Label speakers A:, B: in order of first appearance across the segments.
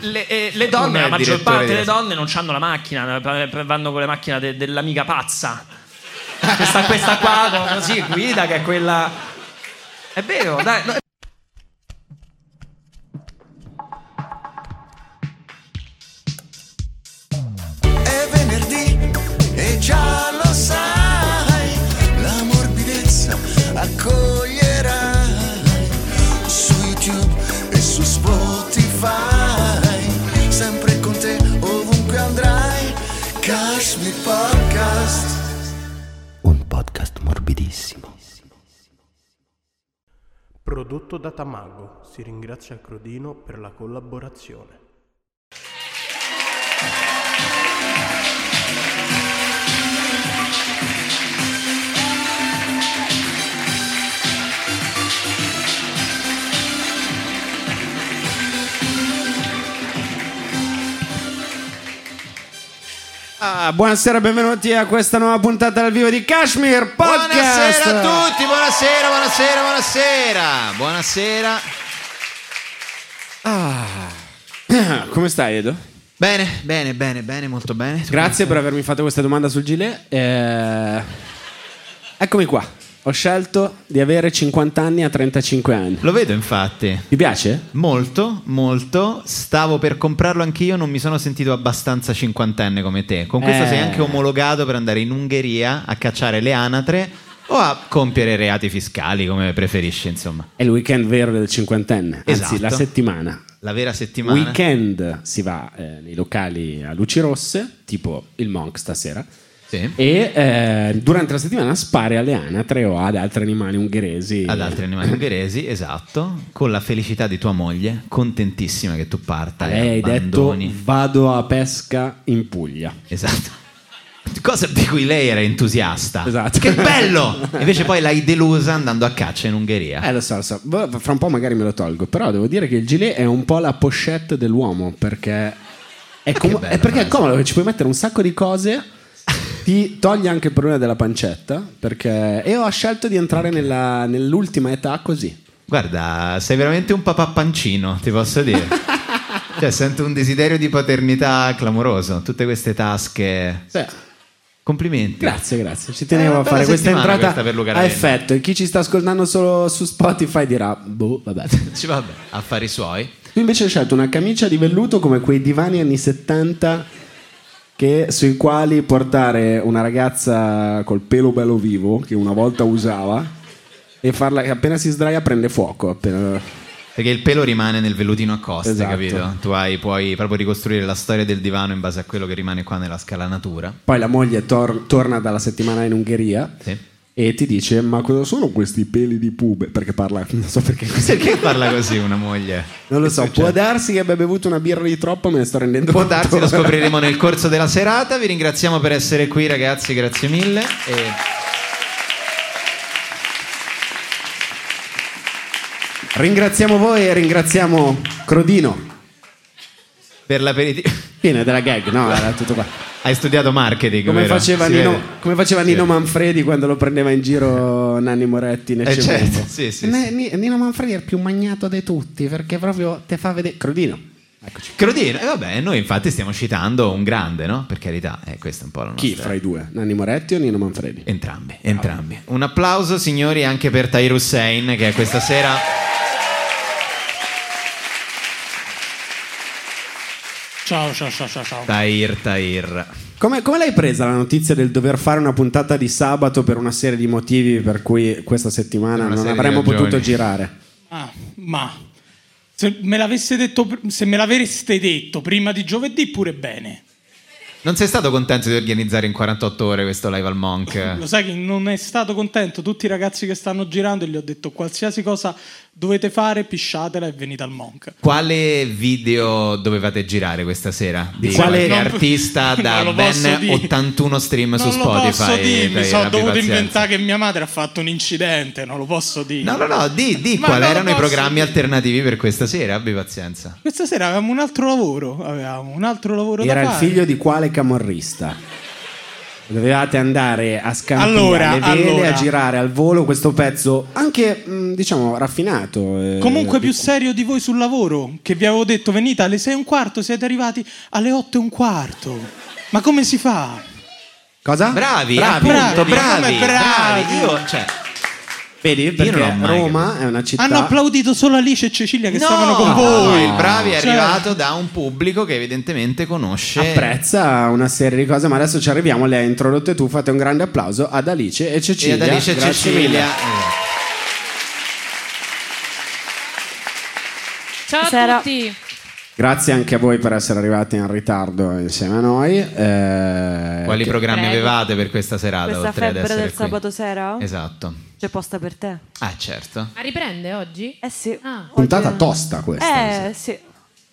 A: le, eh, le donne,
B: è
A: la
B: il
A: maggior
B: direttore
A: parte
B: di-
A: delle donne non hanno la macchina, p- p- vanno con le macchine de- dell'amica pazza. Questa, questa qua con- così guida che è quella. È vero, dai. no, è-
C: È venerdì e già lo sai, la morbidezza accoglierai su YouTube e su Spotify, sempre con te ovunque andrai, Cashmere Podcast.
D: Un podcast morbidissimo.
E: Prodotto da Tamago, si ringrazia Crodino per la collaborazione.
B: Ah, buonasera e benvenuti a questa nuova puntata dal vivo di Kashmir Podcast.
F: Buonasera a tutti, buonasera, buonasera, buonasera. Buonasera.
B: Ah, Come stai, Edo?
F: Bene, bene, bene, bene, molto bene. Tu-
B: Grazie per avermi fatto questa domanda sul gilet. Eh, Eccomi qua. Ho scelto di avere 50 anni a 35 anni.
F: Lo vedo infatti.
B: Ti piace?
F: Molto, molto. Stavo per comprarlo anch'io, non mi sono sentito abbastanza cinquantenne come te. Con questo
B: Eh.
F: sei anche omologato per andare in Ungheria a cacciare le anatre o a compiere reati fiscali, come preferisci, insomma.
B: È il weekend vero del cinquantenne, anzi
F: Esatto.
B: la settimana.
F: La vera settimana.
B: Weekend si va eh, nei locali a luci rosse, tipo il Monk stasera,
F: Sì.
B: e eh, durante la settimana spari alle anatre o ad altri animali ungheresi.
F: Ad altri animali ungheresi, esatto. Con la felicità di tua moglie, contentissima che tu parta. e
B: Lei Eh, hai detto
F: abbandoni.
B: vado a pesca in Puglia.
F: Esatto. Cosa di cui lei era entusiasta.
B: Esatto.
F: Che bello! Invece poi l'hai delusa andando a caccia in Ungheria.
B: Eh, lo so, lo so. V- Fra un po' magari me lo tolgo. Però devo dire che il gilet è un po' la pochette dell'uomo. Perché è, com-
F: che bella
B: è perché è
F: frase.
B: comodo, che ci puoi mettere un sacco di cose. Ti toglie anche il problema della pancetta. Perché... E ho scelto di entrare nella- nell'ultima età così.
F: Guarda, sei veramente un papà pancino, ti posso dire. cioè, sento un desiderio di paternità clamoroso. Tutte queste tasche.
B: Sì.
F: Complimenti.
B: Grazie, grazie. Ci
F: Eh,
B: tenevo a
F: una bella
B: fare questa
F: settimana
B: entrata
F: questa per Luca
B: a
F: Ravenna.
B: effetto. E chi ci sta ascoltando solo su Spotify dirà, boh, vabbè.
F: Ci va bene, affari suoi.
B: Tu invece hai scelto una camicia di velluto come quei divani anni 70 che- sui quali portare una ragazza col pelo bello vivo che una volta usava e farla che appena si sdraia prende fuoco. appena-
F: Perché il pelo rimane nel vellutino a coste,
B: Esatto.
F: capito? Tu hai- puoi proprio ricostruire la storia del divano in base a quello che rimane qua nella scalanatura.
B: Poi la moglie tor- torna dalla settimana in Ungheria
F: Sì.
B: e ti dice ma cosa sono questi peli di pube? Perché parla, non so perché così.
F: Perché parla così una moglie?
B: Non lo
F: Che
B: so,
F: succede?
B: può darsi che abbia bevuto una birra di troppo, me ne sto rendendo
F: certo. Può
B: conto.
F: darsi, lo scopriremo nel corso della serata. Vi ringraziamo per essere qui, ragazzi, grazie mille. E
B: Ringraziamo voi e ringraziamo Crodino.
F: per l'aperitivo.
B: Fine della gag, no, era tutto qua.
F: Hai studiato marketing,
B: Come
F: vero?
B: faceva,
F: Si
B: Nino,
F: vede.
B: come faceva
F: Si
B: Nino
F: vede.
B: Manfredi quando lo prendeva in giro Nanni Moretti nel
F: Eh,
B: cemento.
F: certo, sì, sì,
B: Ne- Ni- Nino Manfredi è il più magnato di tutti perché proprio te fa vedere. Crodino, eccoci.
F: Crodino, eh, vabbè, noi infatti stiamo citando un grande, no? Per carità, eh, questa è un po' la nostra.
B: Chi fra i due? Nanni Moretti o Nino
F: Eh.
B: Manfredi?
F: Entrambi, entrambi. Un applauso, signori, anche per Tahir Hussein, che questa sera.
A: Ciao, ciao, ciao, ciao. ciao.
F: Tahir, Tahir.
B: Come, come l'hai presa la notizia del dover fare una puntata di sabato per una serie di motivi per cui questa settimana
F: Per una
B: non
F: serie di
B: avremmo
F: ragioni.
B: potuto girare?
G: Ah, ma se me, l'avesse detto, pr- se me l'avreste detto prima di giovedì, pure bene.
F: Non sei stato contento di organizzare in 48 ore questo live al Monk?
G: Lo sai che non è stato contento. Tutti i ragazzi che stanno girando gli ho detto qualsiasi cosa dovete fare, pisciatela e venite al Monk.
F: Quale video dovevate girare questa sera? Di quale
B: Quale-
G: Cioè, non-
F: artista da
G: non lo posso
F: ben
G: dire.
F: 81 stream su
G: non lo
F: Spotify?
G: posso dire, mi
F: Dai,
G: sono
F: abbi
G: dovuto
F: pazienza.
G: inventare che mia madre ha fatto un incidente, non lo posso dire.
F: No, no, no, di, di
G: Ma
F: quali
G: non lo
F: erano i
G: posso
F: programmi
G: dire.
F: alternativi per questa sera, abbi pazienza.
G: Questa sera avevamo un altro lavoro, avevamo un altro lavoro
B: Era
G: da
B: il
G: fare.
B: figlio di quale camorrista? Dovevate andare a scampare
H: Allora,
B: le vele,
H: allora.
B: a girare al volo questo pezzo anche, mh, diciamo, raffinato. eh,
H: Comunque più
B: di-
H: serio di voi sul lavoro, che vi avevo detto venite alle 6 e un quarto, siete arrivati alle 8 e un quarto. Ma come si fa?
B: Cosa?
F: Bravi,
H: Bravi,
F: appunto,
H: bravi,
F: bravi, bravi.
H: come bravi.
F: Io, cioè,
B: Vedi, perché
F: non ho mai
B: Roma è una città...
H: Hanno applaudito solo Alice e Cecilia che
F: no,
H: stavano con voi.
F: il bravi è
G: Certo.
H: Cioè-
F: arrivato da un pubblico che evidentemente conosce.
B: apprezza una serie di cose, ma adesso ci arriviamo, le hai introdotte tu, fate un grande applauso ad Alice e
F: E
B: Cecilia.
F: ad Alice e
B: Grazie
F: Cecilia.
B: mille.
I: Ciao a
J: Sera.
I: tutti.
B: Grazie anche a voi per essere arrivati in ritardo insieme a noi. eh,
F: Quali
B: che-
F: programmi
I: Prego.
F: avevate per questa serata?
J: Questa
F: oltre ad
J: febbre
F: essere
J: del
F: qui?
J: sabato sera?
F: Esatto.
J: C'è posta per te?
F: Ah, certo.
I: Ma riprende oggi?
J: Eh sì.
I: Ah.
B: Puntata
J: Oggi-
B: tosta questa.
J: Eh sì.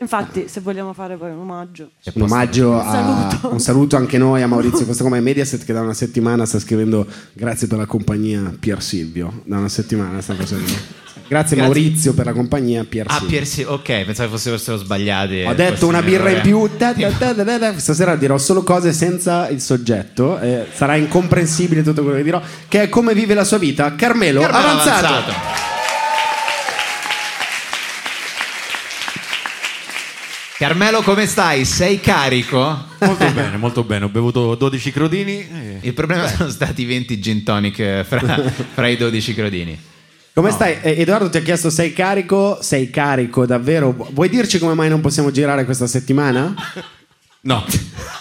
J: Infatti, se vogliamo fare poi un omaggio.
B: Un omaggio a
J: Saluto.
B: un saluto anche noi a Maurizio Questo come Mediaset che da una settimana sta scrivendo grazie per la compagnia Pier Silvio. Da una settimana sta facendo. Grazie, Maurizio per la compagnia Pier
F: Ah,
B: Silvio.
F: Piersi, ok, pensavo che fossero sbagliati.
B: Eh Ho detto una birra in più. ta, ta, ta, ta, ta, ta. Stasera dirò solo cose senza il soggetto. eh, sarà incomprensibile tutto quello che dirò. Che è come vive la sua vita. Carmelo, avanzato.
F: Carmelo, come stai? Sei carico?
K: Molto bene, molto bene. Ho bevuto 12 crodini. eh.
F: Il problema sono stati 20 gin tonic eh, fra, fra i 12 crodini.
B: Come stai? Eh, Edoardo ti ha chiesto sei carico? Sei carico davvero? Vuoi dirci come mai non possiamo girare questa settimana?
K: No,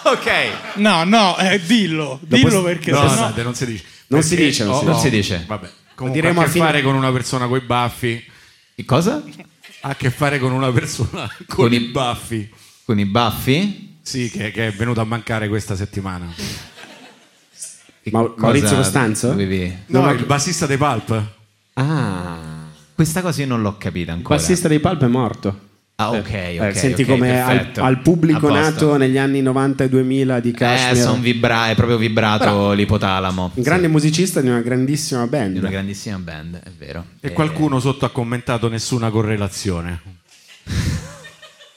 F: Ok,
H: No, no, eh, dillo, dillo perché
K: no,
H: sennò...
K: Sante, non si dice.
B: Non
K: Perché
B: si dice, non si
K: ho-
B: dice.
F: Non si dice.
K: Vabbè, comunque
B: diremo
K: ha a
B: a
K: che
B: fine-
K: fare con una persona con i baffi.
F: cosa?
K: Ha a che fare con una persona con,
F: Con
K: i
F: i-
K: baffi.
F: Con i baffi?
K: Sì, che, che è venuta a mancare questa settimana.
F: Che
B: Mau-
F: cosa
B: Maurizio Costanzo?
F: dovevi-
K: No,
B: ma-
K: il bassista dei Pulp.
F: Ah, questa cosa io non l'ho capita
B: Il
F: ancora.
B: bassista dei Palp è morto.
F: Ah, ok, ok.
B: Eh, senti
F: ok,
B: come al,
F: perfetto.
B: al pubblico
F: A posto.
B: nato negli anni 90 e 2000 di
F: Eh,
B: Kashmir.
F: son vibra- è proprio vibrato l'ipotalamo.
B: un grande musicista di una grandissima band.
F: Di una grandissima band, è vero.
B: Eh.
K: E qualcuno sotto ha commentato nessuna correlazione.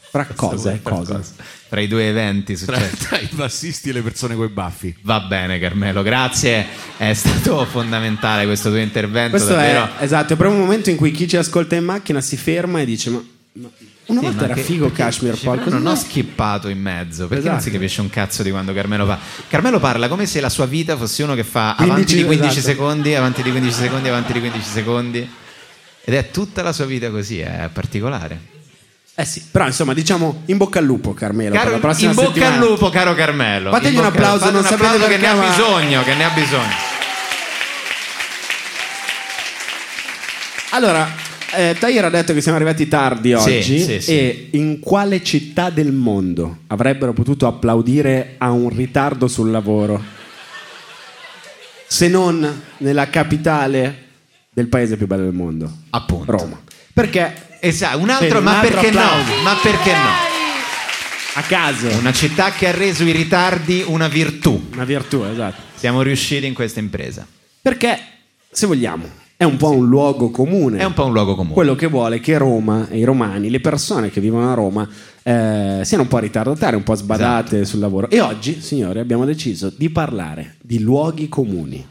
B: Fra cosa e cosa?
F: Eh, Tra i due eventi
K: Tra,
F: succede.
B: Certo.
K: tra i bassisti e le persone con i baffi.
F: Va bene Carmelo, grazie, è stato fondamentale questo tuo intervento.
B: Questo
F: davvero.
B: è esatto, è proprio un momento in cui chi ci ascolta in macchina si ferma e dice: Ma, ma- una
F: Sì,
B: volta
F: ma
B: era
F: che-
B: figo
F: perché
B: Kashmir,
F: dici,
B: poi
F: però
B: cosa-
F: non ho schippato in mezzo perché non si
B: Esatto.
F: capisce un cazzo di quando Carmelo fa. Carmelo parla come se la sua vita fosse uno che fa
B: 15,
F: avanti di 15
B: esatto.
F: secondi, avanti di 15 secondi, avanti di 15 secondi. Ed è tutta la sua vita così, è particolare.
B: Eh sì, però insomma, diciamo in bocca al lupo, Carmelo. per
F: Caro,
B: la prossima
F: in bocca
B: settimana.
F: al lupo, caro Carmelo.
B: Fategli
F: In
B: un
F: bocca al-
B: applauso,
F: fate
B: non
F: un
B: sapete
F: applauso che
B: perché,
F: ne
B: ma-
F: ha bisogno, che ne ha bisogno.
B: Allora, eh, Tahir ha detto che siamo arrivati tardi
F: Sì,
B: oggi.
F: sì, sì.
B: E in quale città del mondo avrebbero potuto applaudire a un ritardo sul lavoro? Se non nella capitale del paese più bello del mondo,
F: Appunto.
B: Roma. Perché
F: Esatto, un altro,
B: Per un
F: ma
B: altro
F: perché
B: applauso.
F: no? Ma perché no?
B: a caso,
F: Una città che ha reso i ritardi una virtù.
B: una virtù, esatto.
F: Siamo riusciti in questa impresa.
B: Perché, se vogliamo, è un po' un luogo comune.
F: È un po' un luogo comune.
B: quello che vuole che Roma e i romani, le persone che vivono a Roma, eh, siano un po' ritardatari, un po' sbadate
F: Esatto.
B: sul lavoro. E oggi, signori, abbiamo deciso di parlare di luoghi comuni.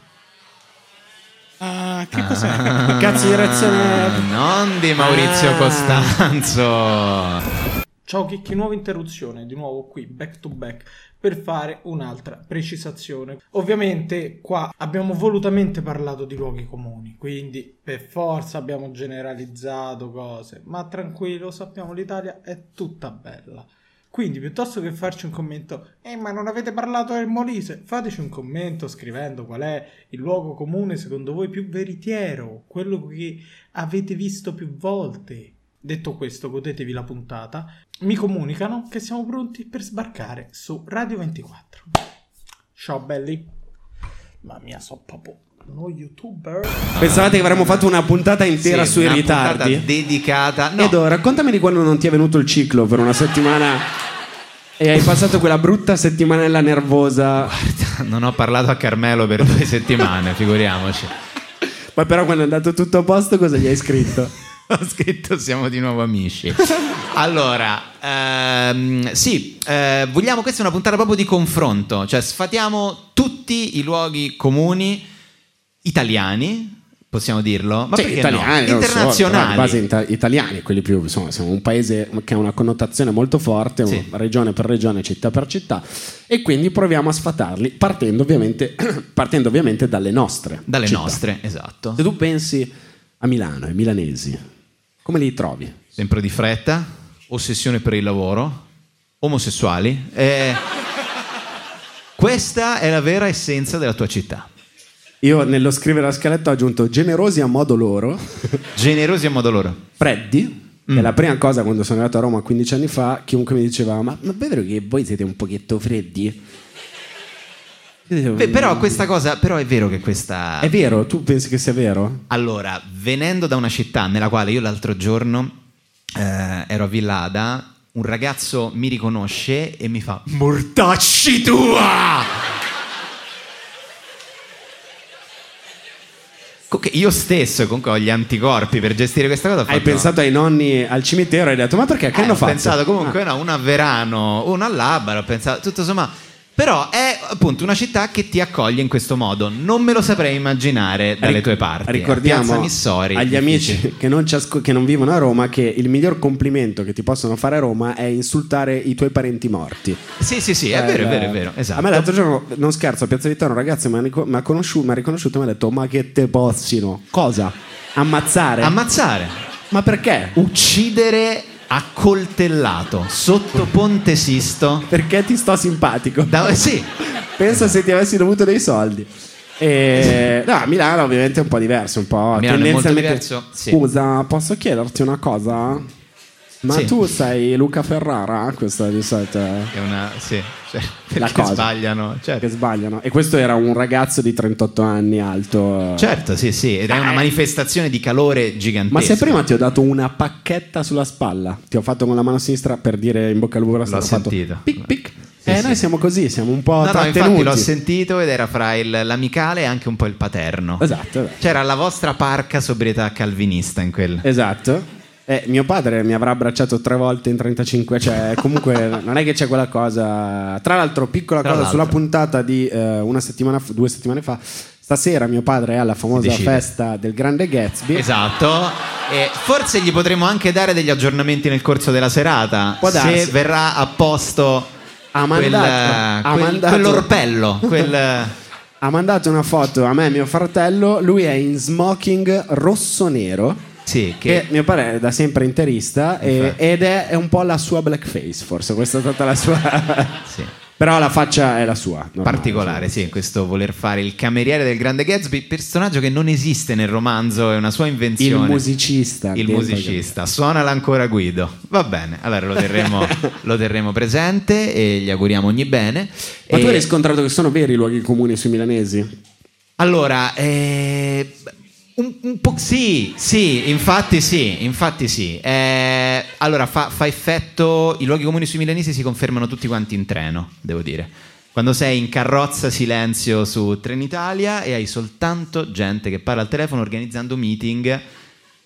H: Ah, che cos'è?
B: Ma cazzo di reazione.
F: Ah, non di Maurizio
B: Ah.
F: Costanzo.
H: Ciao Chicchi, nuova interruzione, di nuovo qui, back to back, per fare un'altra precisazione. Ovviamente qua abbiamo volutamente parlato di luoghi comuni, quindi per forza abbiamo generalizzato cose, ma tranquillo, sappiamo l'Italia è tutta bella. Quindi piuttosto che farci un commento, eh ma non avete parlato del Molise, fateci un commento scrivendo qual è il luogo comune secondo voi più veritiero, quello che avete visto più volte. Detto questo, godetevi la puntata. Mi comunicano che siamo pronti per sbarcare su Radio 24. Ciao belli. Mamma mia, so proprio uno youtuber.
B: Pensavate che avremmo fatto una puntata intera
F: Sì,
B: sui
F: una
B: ritardi?
F: puntata dedicata. No,
B: Edo, raccontami di quando non ti è venuto il ciclo per una settimana e hai passato quella brutta settimanella nervosa.
F: guarda, non ho parlato a Carmelo per due settimane, figuriamoci.
B: Poi però quando è andato tutto a posto cosa gli hai scritto?
F: Ho scritto siamo di nuovo amici. Allora, ehm, sì, eh, vogliamo, questa è una puntata proprio di confronto, cioè sfatiamo tutti i luoghi comuni italiani, possiamo dirlo, ma
B: Sì,
F: perché
B: Cioè, italiani,
F: no?
B: non so, però
F: internazionali.
B: di base ita- italiani, quelli più, insomma, siamo un paese che ha una connotazione molto forte,
F: Sì.
B: una regione per regione, città per città, e quindi proviamo a sfatarli partendo ovviamente, partendo ovviamente dalle nostre.
F: dalle
B: città.
F: nostre, esatto.
B: Se tu pensi a Milano, ai milanesi, come li trovi?
F: Sempre di fretta, ossessione per il lavoro, omosessuali. eh, questa è la vera essenza della tua città.
B: Io nello scrivere la scaletta ho aggiunto generosi a modo loro,
F: Generosi a modo loro.
B: freddi.
F: Mm.
B: È la prima cosa quando sono arrivato a Roma 15 anni fa, chiunque mi diceva: Ma, ma è vero che voi siete un pochetto freddi? Io dicevo,
F: Beh, però questa cosa, però è vero che questa...
B: È vero, tu pensi che sia vero?
F: Allora, venendo da una città nella quale io l'altro giorno eh, ero a Villada, un ragazzo mi riconosce e mi fa Mortacci tua! Comunque Io stesso comunque ho gli anticorpi per gestire questa cosa. ho
B: Hai
F: fatto-
B: pensato ai nonni al cimitero e hai detto: Ma perché? Che
F: Eh,
B: hanno
F: ho
B: fatto? Ah.
F: pensato comunque no, una a Verano, una a Labara, ho pensato tutto sommato. Però è appunto una città che ti accoglie in questo modo. Non me lo saprei immaginare dalle
B: Ah. Ric-
F: tue parti. eh.
B: Ricordiamo
F: Piazza Missori,
B: agli
F: difficile.
B: amici che non, ci asco- che non vivono a Roma che il miglior complimento che ti possono fare a Roma è insultare i tuoi parenti morti.
F: Sì, sì, sì, è vero, è
B: Eh,
F: vero, è vero. Esatto.
B: A me l'altro giorno, non scherzo, a Piazza Vittorio un ragazzo mi ha, rico- mi ha conosciuto, mi ha riconosciuto e mi ha detto: Ma che te possino? Cosa? Ammazzare?
F: Ammazzare,
B: ma perché?
F: uccidere a coltellato sotto Ponte Sisto.
B: Perché ti sto simpatico?
F: Da- eh, sì,
B: Pensa se ti avessi dovuto dei soldi. E, no, a Milano ovviamente è un po' diverso, un po'
F: Milano è
B: tendenzialmente.
F: molto diverso, sì.
B: Scusa, posso chiederti una cosa? Ma
F: Sì.
B: tu sei Luca Ferrara? Questa di solito è-
F: è una. Sì, cioè,
B: La
F: perché
B: cosa.
F: sbagliano.
B: che
F: Certo.
B: sbagliano. E questo era un ragazzo di 38 anni alto.
F: Certo, sì, sì, ed è una manifestazione di calore gigantesca.
B: Eh. Ma se prima ti ho dato una pacchetta sulla spalla, ti ho fatto con la mano sinistra per dire in bocca al lupo,
F: L'ho
B: ho fatto
F: sentito.
B: pic pic.
F: Sì,
B: eh,
F: sì.
B: noi siamo così, siamo un po'
F: No, no,
B: trattenuti.
F: infatti l'ho sentito ed era fra il- l'amicale e anche un po' il paterno.
B: Esatto, esatto.
F: C'era la vostra parca sobrietà calvinista in quel.
B: Esatto. Eh, mio padre mi avrà abbracciato tre volte in 35, cioè comunque non è che c'è quella cosa. Tra l'altro, piccola
F: Tra
B: cosa
F: l'altro.
B: sulla puntata di eh, una settimana, fa- due settimane fa. Stasera mio padre è alla famosa
F: Decide.
B: festa del Grande Gatsby.
F: Esatto. E forse gli potremo anche dare degli aggiornamenti nel corso della serata.
B: Può darsi.
F: Se verrà a posto
B: Ha
F: quel- eh,
B: mandato- ha
F: quel-
B: mandato-
F: quell'orpello, quel-
B: Ha mandato una foto a me e mio fratello. Lui è in smoking rosso nero.
F: sì, che
B: Che, mio padre è da sempre interista e-
F: Infatti.
B: ed è, è un po' la sua blackface, forse. Questa è stata la sua.
F: sì,
B: Però la faccia è la sua. normale,
F: particolare, sì, questo voler fare il cameriere del grande Gatsby, personaggio che non esiste nel romanzo, è una sua
B: Il
F: invenzione.
B: musicista.
F: Il
B: dentro-
F: musicista, suonala ancora Guido. Va bene, allora lo terremo, lo terremo presente e gli auguriamo ogni bene.
B: Ma tu
F: E-
B: hai riscontrato che sono veri i luoghi comuni sui milanesi?
F: Allora, eh, un, un po' sì, sì, infatti sì, infatti sì. Eh, allora, fa, fa effetto, i luoghi comuni sui milanesi si confermano tutti quanti in treno, devo dire. Quando sei in carrozza silenzio su Trenitalia e hai soltanto gente che parla al telefono organizzando meeting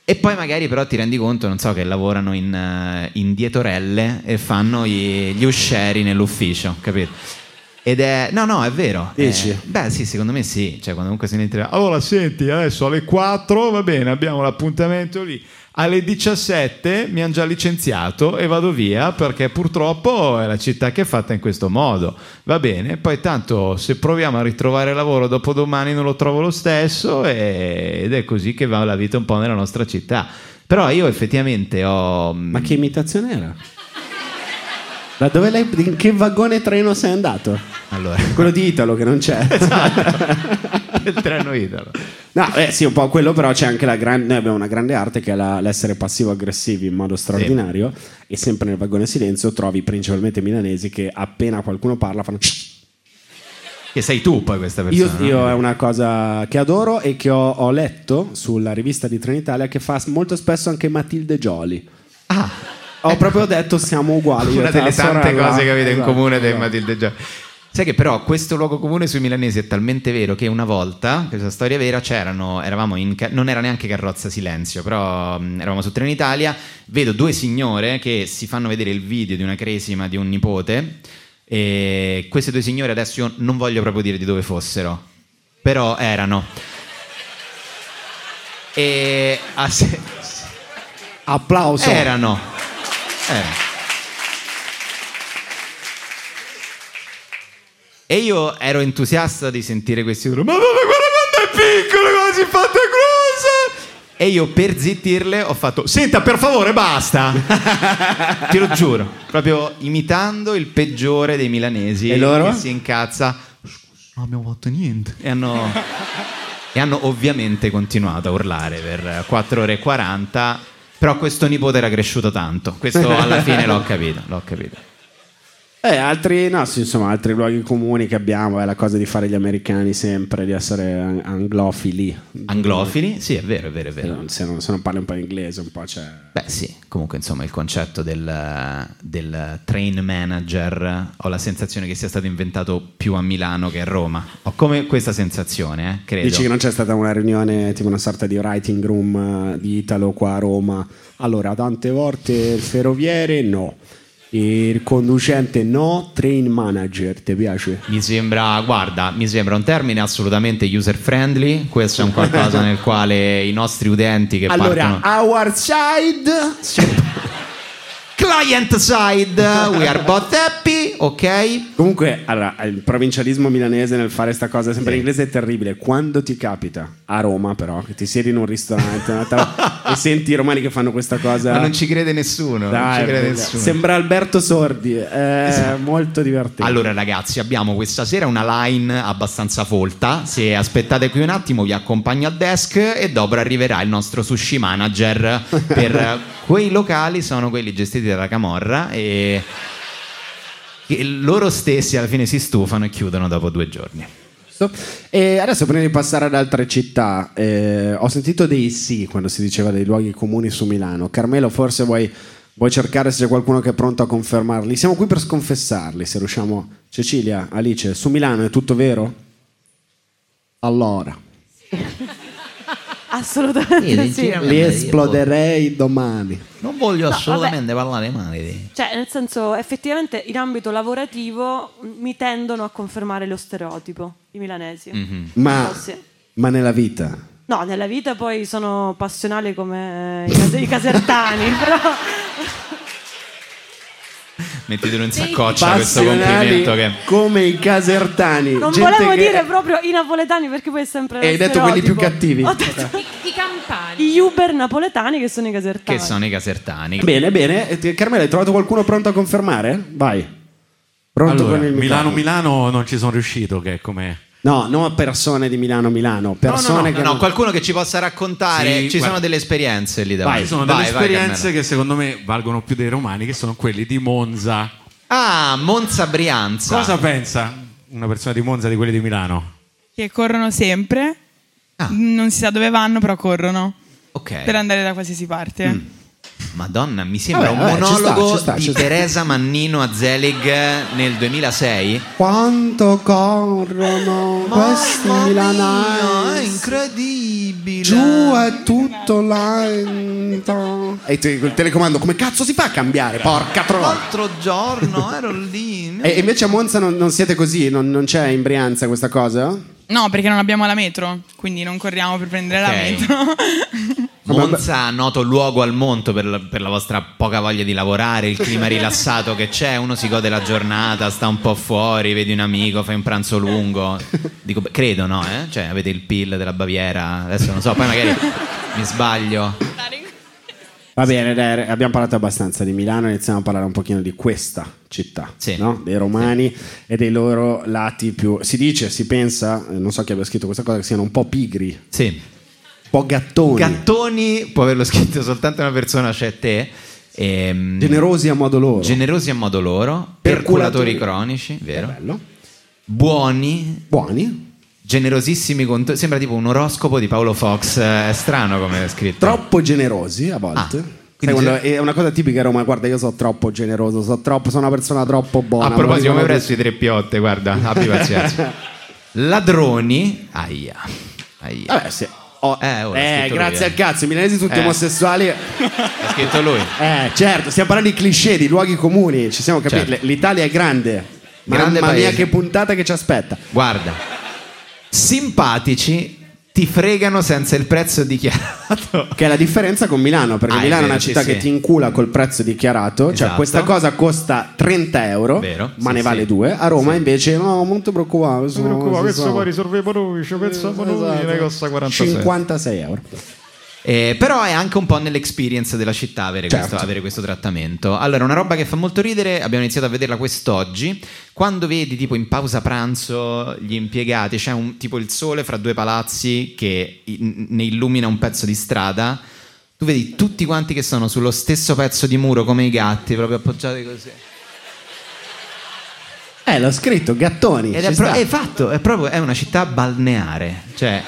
F: e poi magari però ti rendi conto, non so, che lavorano in, eh, in dietorelle e fanno gli, gli uscieri nell'ufficio, capito? Ed è... No, no, è vero.
B: Dici?
F: Eh, beh, sì, secondo me sì. Cioè, quando comunque si entra...
L: Allora, senti, adesso alle 4 va bene, abbiamo l'appuntamento lì. Alle 17 mi hanno già licenziato e vado via perché purtroppo è la città che è fatta in questo modo. Va bene, poi tanto se proviamo a ritrovare lavoro dopodomani non lo trovo lo stesso e- ed è così che va la vita un po' nella nostra città. Però io effettivamente ho... mm,
B: Ma che imitazione era? Da dove lei, in che vagone treno sei andato?
F: Allora,
B: Quello di Italo che non c'è.
L: Esatto.
B: Esatto.
F: il treno italo.
B: No, eh sì, un po' quello, però c'è anche la grande. Noi abbiamo una grande arte che è la- l'essere passivo-aggressivi in modo straordinario. E sempre nel vagone silenzio trovi principalmente milanesi che appena qualcuno parla fanno.
F: Che sei tu poi questa
B: Io,
F: persona.
B: io
F: no?
B: è una cosa che adoro e che ho, ho letto sulla rivista di Trenitalia che fa molto spesso anche Matilde Joli.
F: Ah,
B: Ho proprio detto siamo uguali. io
F: una
B: e te,
F: delle
B: la
F: tante
B: sorella.
F: cose che avete in
B: Esatto,
F: comune dei
B: esatto.
F: Matilde Giorgio. Sai che però questo luogo comune sui milanesi è talmente vero che una volta, questa storia è vera, c'erano, eravamo in, ca- non era neanche carrozza silenzio, però mh, eravamo su Trenitalia, vedo due signore che si fanno vedere il video di una cresima di un nipote E queste due signore adesso io non voglio proprio dire di dove fossero, però erano. E a se-
B: Applauso.
F: erano. Erano. E io ero entusiasta di sentire questi loro. Ma mamma, guarda quando è piccolo, cosa si fa da grossa! E io per zittirle ho fatto: Senta, per favore, basta! Te lo giuro, proprio imitando il peggiore dei milanesi
B: E loro?
F: che si incazza. "Scusa, Non abbiamo fatto niente. E hanno, e hanno ovviamente continuato a urlare per 4 ore e 40. Però questo nipote era cresciuto tanto. Questo alla fine l'ho capito, l'ho capito.
B: Eh, altri, no, sì, insomma, altri luoghi comuni che abbiamo è la cosa di fare gli americani sempre, di essere an- anglofili.
F: Anglofili? Sì, è vero, è vero, è
B: Se
F: Ah, vero.
B: non, se non- se non parli un po' inglese, un po' c'è.
F: Beh, sì, comunque insomma il concetto del, del train manager ho la sensazione che sia stato inventato più a Milano che a Roma. Ho come questa sensazione, eh, credo.
B: Dici che non c'è stata una riunione, tipo una sorta di writing room eh, di Italo qua a Roma. Allora, tante volte il ferroviere no, il conducente no, train manager, ti piace?
F: Mi sembra, guarda, mi sembra un termine assolutamente user friendly, questo è un qualcosa nel quale i nostri utenti che
B: Allora,
F: partono
B: our side
F: client side, we are both happy, ok?
B: Comunque, allora, il provincialismo milanese nel fare sta cosa sempre in inglese è terribile. Quando ti capita a Roma, però, che ti siedi in un ristorante una tavola, e senti i romani che fanno questa cosa.
F: Ma non ci crede nessuno, non
B: Esatto. Dai,
F: ci crede
B: vabbè.
F: nessuno. Esatto.
B: Sembra Alberto Sordi, è molto divertente.
F: Allora ragazzi, abbiamo questa sera una line abbastanza folta. Se aspettate qui un attimo vi accompagno al desk e dopo arriverà il nostro sushi manager per quei locali sono quelli gestiti dalla Camorra e che loro stessi alla fine si stufano e chiudono dopo due giorni.
B: E adesso prima di passare ad altre città, eh, ho sentito dei sì quando si diceva dei luoghi comuni su Milano. Carmelo, forse vuoi, vuoi cercare se c'è qualcuno che è pronto a confermarli. Siamo qui per sconfessarli, se riusciamo. Cecilia, Alice, su Milano è tutto vero? Allora,
J: Assolutamente sì.
B: li esploderei domani.
F: Non voglio
J: assolutamente
F: parlare male di...
J: Cioè, nel senso, effettivamente in ambito lavorativo m- mi tendono a confermare lo stereotipo, i milanesi.
B: Mhm.
F: Mhm.
B: Ma,
J: Oh, sì.
B: ma nella vita.
J: No, nella vita poi sono passionale come i, cas- i casertani, però
F: Mettetelo in saccoccia questo
B: Passionali
F: complimento che...
B: come i casertani.
J: non
B: gente
J: volevo
B: che-
J: dire proprio i napoletani perché poi è sempre... lo
B: E hai detto quelli più
J: stereotipo.
B: cattivi.
J: Ho detto
M: I, i campani.
J: gli uber napoletani che sono i casertani.
F: Che sono i casertani.
B: Bene, bene. Eh, Carmelo, hai trovato qualcuno pronto a confermare? Vai. Pronto
N: Allora,
B: con il
N: Milano,
B: microfono.
N: Milano non ci sono riuscito, che è come...
B: No, non persone di Milano, Milano. Persone
F: No,
B: che.
F: no,
B: non-
F: qualcuno che ci possa raccontare.
N: Sì,
F: ci
N: guarda.
F: sono delle esperienze lì davanti.
N: Ci sono
F: Vai,
N: delle
F: vai,
N: esperienze
F: Carmelo.
N: che secondo me valgono più dei romani, che sono quelli di Monza.
F: Ah, Monza
B: Esatto.
F: Brianza.
N: Cosa pensa una persona di Monza di quelli di Milano?
M: Che corrono sempre.
F: Ah.
M: Non si sa dove vanno, però corrono.
F: Ok.
B: Eh.
M: Per andare da qualsiasi parte.
B: Mm.
F: Madonna, mi sembra
B: Vabbè,
F: un
B: vabbè, ci sta,
F: monologo
B: ci sta,
F: di
B: ci sta.
F: Teresa Mannino a Zelig nel 2006.
B: Quanto corrono questi
F: No, è
B: milanesi.
F: incredibile.
B: Giù è tutto lento. E tu- col telecomando, come cazzo si fa a cambiare? Porca troia.
F: L'altro giorno ero lì.
B: E e invece a Monza non, non siete così? Non, non c'è in Brianza questa cosa?
M: No, perché non abbiamo la metro, quindi non corriamo per prendere
F: Ok.
M: la metro.
F: Monza, noto luogo al monto per la, per la vostra poca voglia di lavorare, il clima rilassato che c'è, uno si gode la giornata, sta un po' fuori, vedi un amico, fai un pranzo lungo. Dico, beh, credo no, eh? Cioè, avete il PIL della Baviera, adesso non so, poi magari mi sbaglio.
B: Va bene, dai, abbiamo parlato abbastanza di Milano, iniziamo a parlare un pochino di questa città,
F: Sì.
B: no? dei romani e dei loro lati più... Si dice, si pensa, eh, non so chi abbia scritto questa cosa, che siano un po' pigri, un
F: Sì.
B: po' gattoni,
F: Gattoni può averlo scritto soltanto una persona, cioè te. Ehm,
B: generosi a modo loro.
F: generosi a modo loro,
B: Perculatori.
F: perculatori cronici, vero?
B: Bello.
F: Buoni,
B: Buoni,
F: generosissimi con sembra tipo un oroscopo di Paolo Fox eh, è strano come è scritto
B: troppo generosi a volte.
F: Ah,
B: Sai,
F: quindi
B: quando-
F: se-
B: È una cosa tipica a Roma, guarda io sono troppo generoso, so troppo- sono una persona troppo buona.
F: a proposito come
B: ma dicono-
F: presso i tre piotte guarda abbi pazienza ladroni aia aia
B: Vabbè, sì. Oh,
F: Eh, ora è
B: eh,
F: scritto
B: grazie
F: lui, eh.
B: al cazzo, i milanesi tutti
F: Eh.
B: omosessuali...
F: ha scritto lui
B: Eh, certo, stiamo parlando di cliché, di luoghi comuni, ci siamo capiti.
F: Certo.
B: L'Italia è grande.
F: Grande
B: Mamma mia,
F: paese.
B: che puntata che ci aspetta.
F: Guarda, simpatici ti fregano senza il prezzo dichiarato.
B: Che è la differenza con Milano, perché
F: Ah, è
B: Milano è
F: vero,
B: una
F: sì,
B: città
F: sì.
B: che ti incula col prezzo dichiarato,
F: Esatto.
B: cioè questa cosa costa 30 euro,
F: Vero,
B: ma
F: sì,
B: ne vale
F: sì.
B: due. A Roma invece no, molto preoccupato. sono-
F: Oh,
L: preoccupavo, questo
B: sono-
L: qua risolvevo lui, ci pensavo lui,
B: esatto.
L: ne costa 46.
B: 56 euro.
F: Eh, però è anche un po' nell'experience della città avere,
B: Certo.
F: questo, avere questo trattamento. Allora, una roba che fa molto ridere, abbiamo iniziato a vederla quest'oggi. Quando vedi tipo in pausa pranzo gli impiegati, c'è un, tipo il sole fra due palazzi che in- ne illumina un pezzo di strada. Tu vedi tutti quanti che sono sullo stesso pezzo di muro come i gatti, proprio appoggiati così.
B: Eh, l'ho scritto, gattoni.
F: Ed
B: ci
F: è, pro-
B: sta.
F: è fatto, è proprio è una città balneare, cioè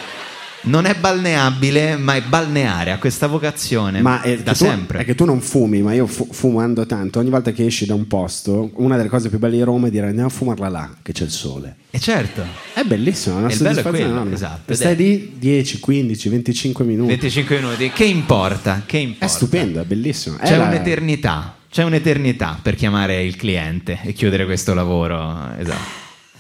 F: non è balneabile, ma è balneare, ha questa vocazione
B: Ma è
F: da
B: che tu-
F: sempre.
B: È che tu non fumi, ma io fu- fumando tanto, ogni volta che esci da un posto, una delle cose più belle di Roma è dire andiamo a fumarla là, che c'è il sole.
F: E certo,
B: È bellissimo, è una
F: E il bello è
B: soddisfazione
F: quello,
B: enorme.
F: esatto,
B: E
F: ed
B: stai
F: è-
B: lì 10, 15, 25 minuti.
F: 25 minuti, che importa? Che importa?
B: È stupendo, è bellissimo. È
F: C'è
B: la-
F: un'eternità, c'è un'eternità per chiamare il cliente e chiudere questo lavoro. Esatto.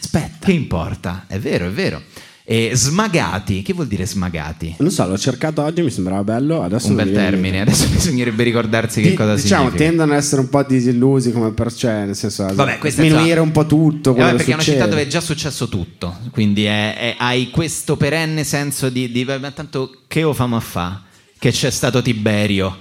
B: Aspetta.
F: Che importa? È vero, è vero. E smagati, che vuol dire smagati?
B: Non so, l'ho cercato oggi, mi sembrava bello. Adesso
F: Un
B: non
F: bel
B: mi viene in mente.
F: termine, adesso bisognerebbe ricordarsi che
B: Di-
F: cosa
B: diciamo,
F: significa.
B: tendono ad essere un po' disillusi come per cioè, nel senso, a
F: Vabbè, questa è
B: sminuire
F: già-
B: un po'
F: Eh,
B: tutto.
F: vabbè,
B: quello che
F: perché è una città
B: succede.
F: dove è già successo tutto, quindi è- è- hai questo perenne senso di, di- ma tanto che o famo a fa, che c'è stato Tiberio.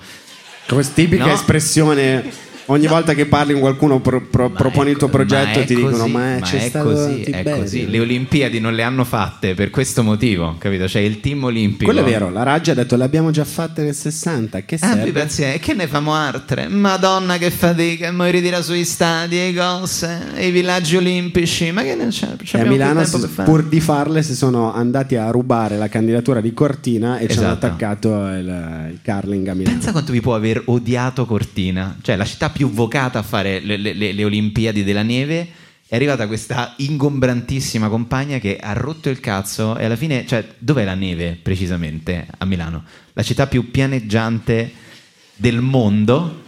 B: Questa tipica
F: No.
B: espressione, ogni volta che parli con qualcuno, pro- pro- proponi il tuo progetto,
F: ecco, Ma è
B: ti dicono:
F: così,
B: Ma, c'è
F: è
B: stato
F: così, è
B: Tiberio."
F: così. Le Olimpiadi non le hanno fatte per questo motivo, capito? C'è il team olimpico.
B: Quello è vero, la Raggi ha detto l'abbiamo già fatta nel 60, che
F: Ah, poi
B: serve?
F: pensi, eh, che ne famo altre? Madonna che fatica, mo ritira sui stadi, e cose, i villaggi olimpici, ma che ne c'è?
B: E a
F: abbiamo più
B: Eh, Milano,
F: tempo
B: si-
F: per fare.
B: pur di farle, si sono andati a rubare la candidatura di Cortina e ci hanno
F: Esatto.
B: attaccato il, il Carling a Milano.
F: Pensa quanto vi può aver odiato Cortina, cioè la città più vocata a fare le, le- le- le Olimpiadi della neve. È arrivata questa ingombrantissima compagna che ha rotto il cazzo e alla fine, cioè, dov'è la neve precisamente a Milano? La città più pianeggiante del mondo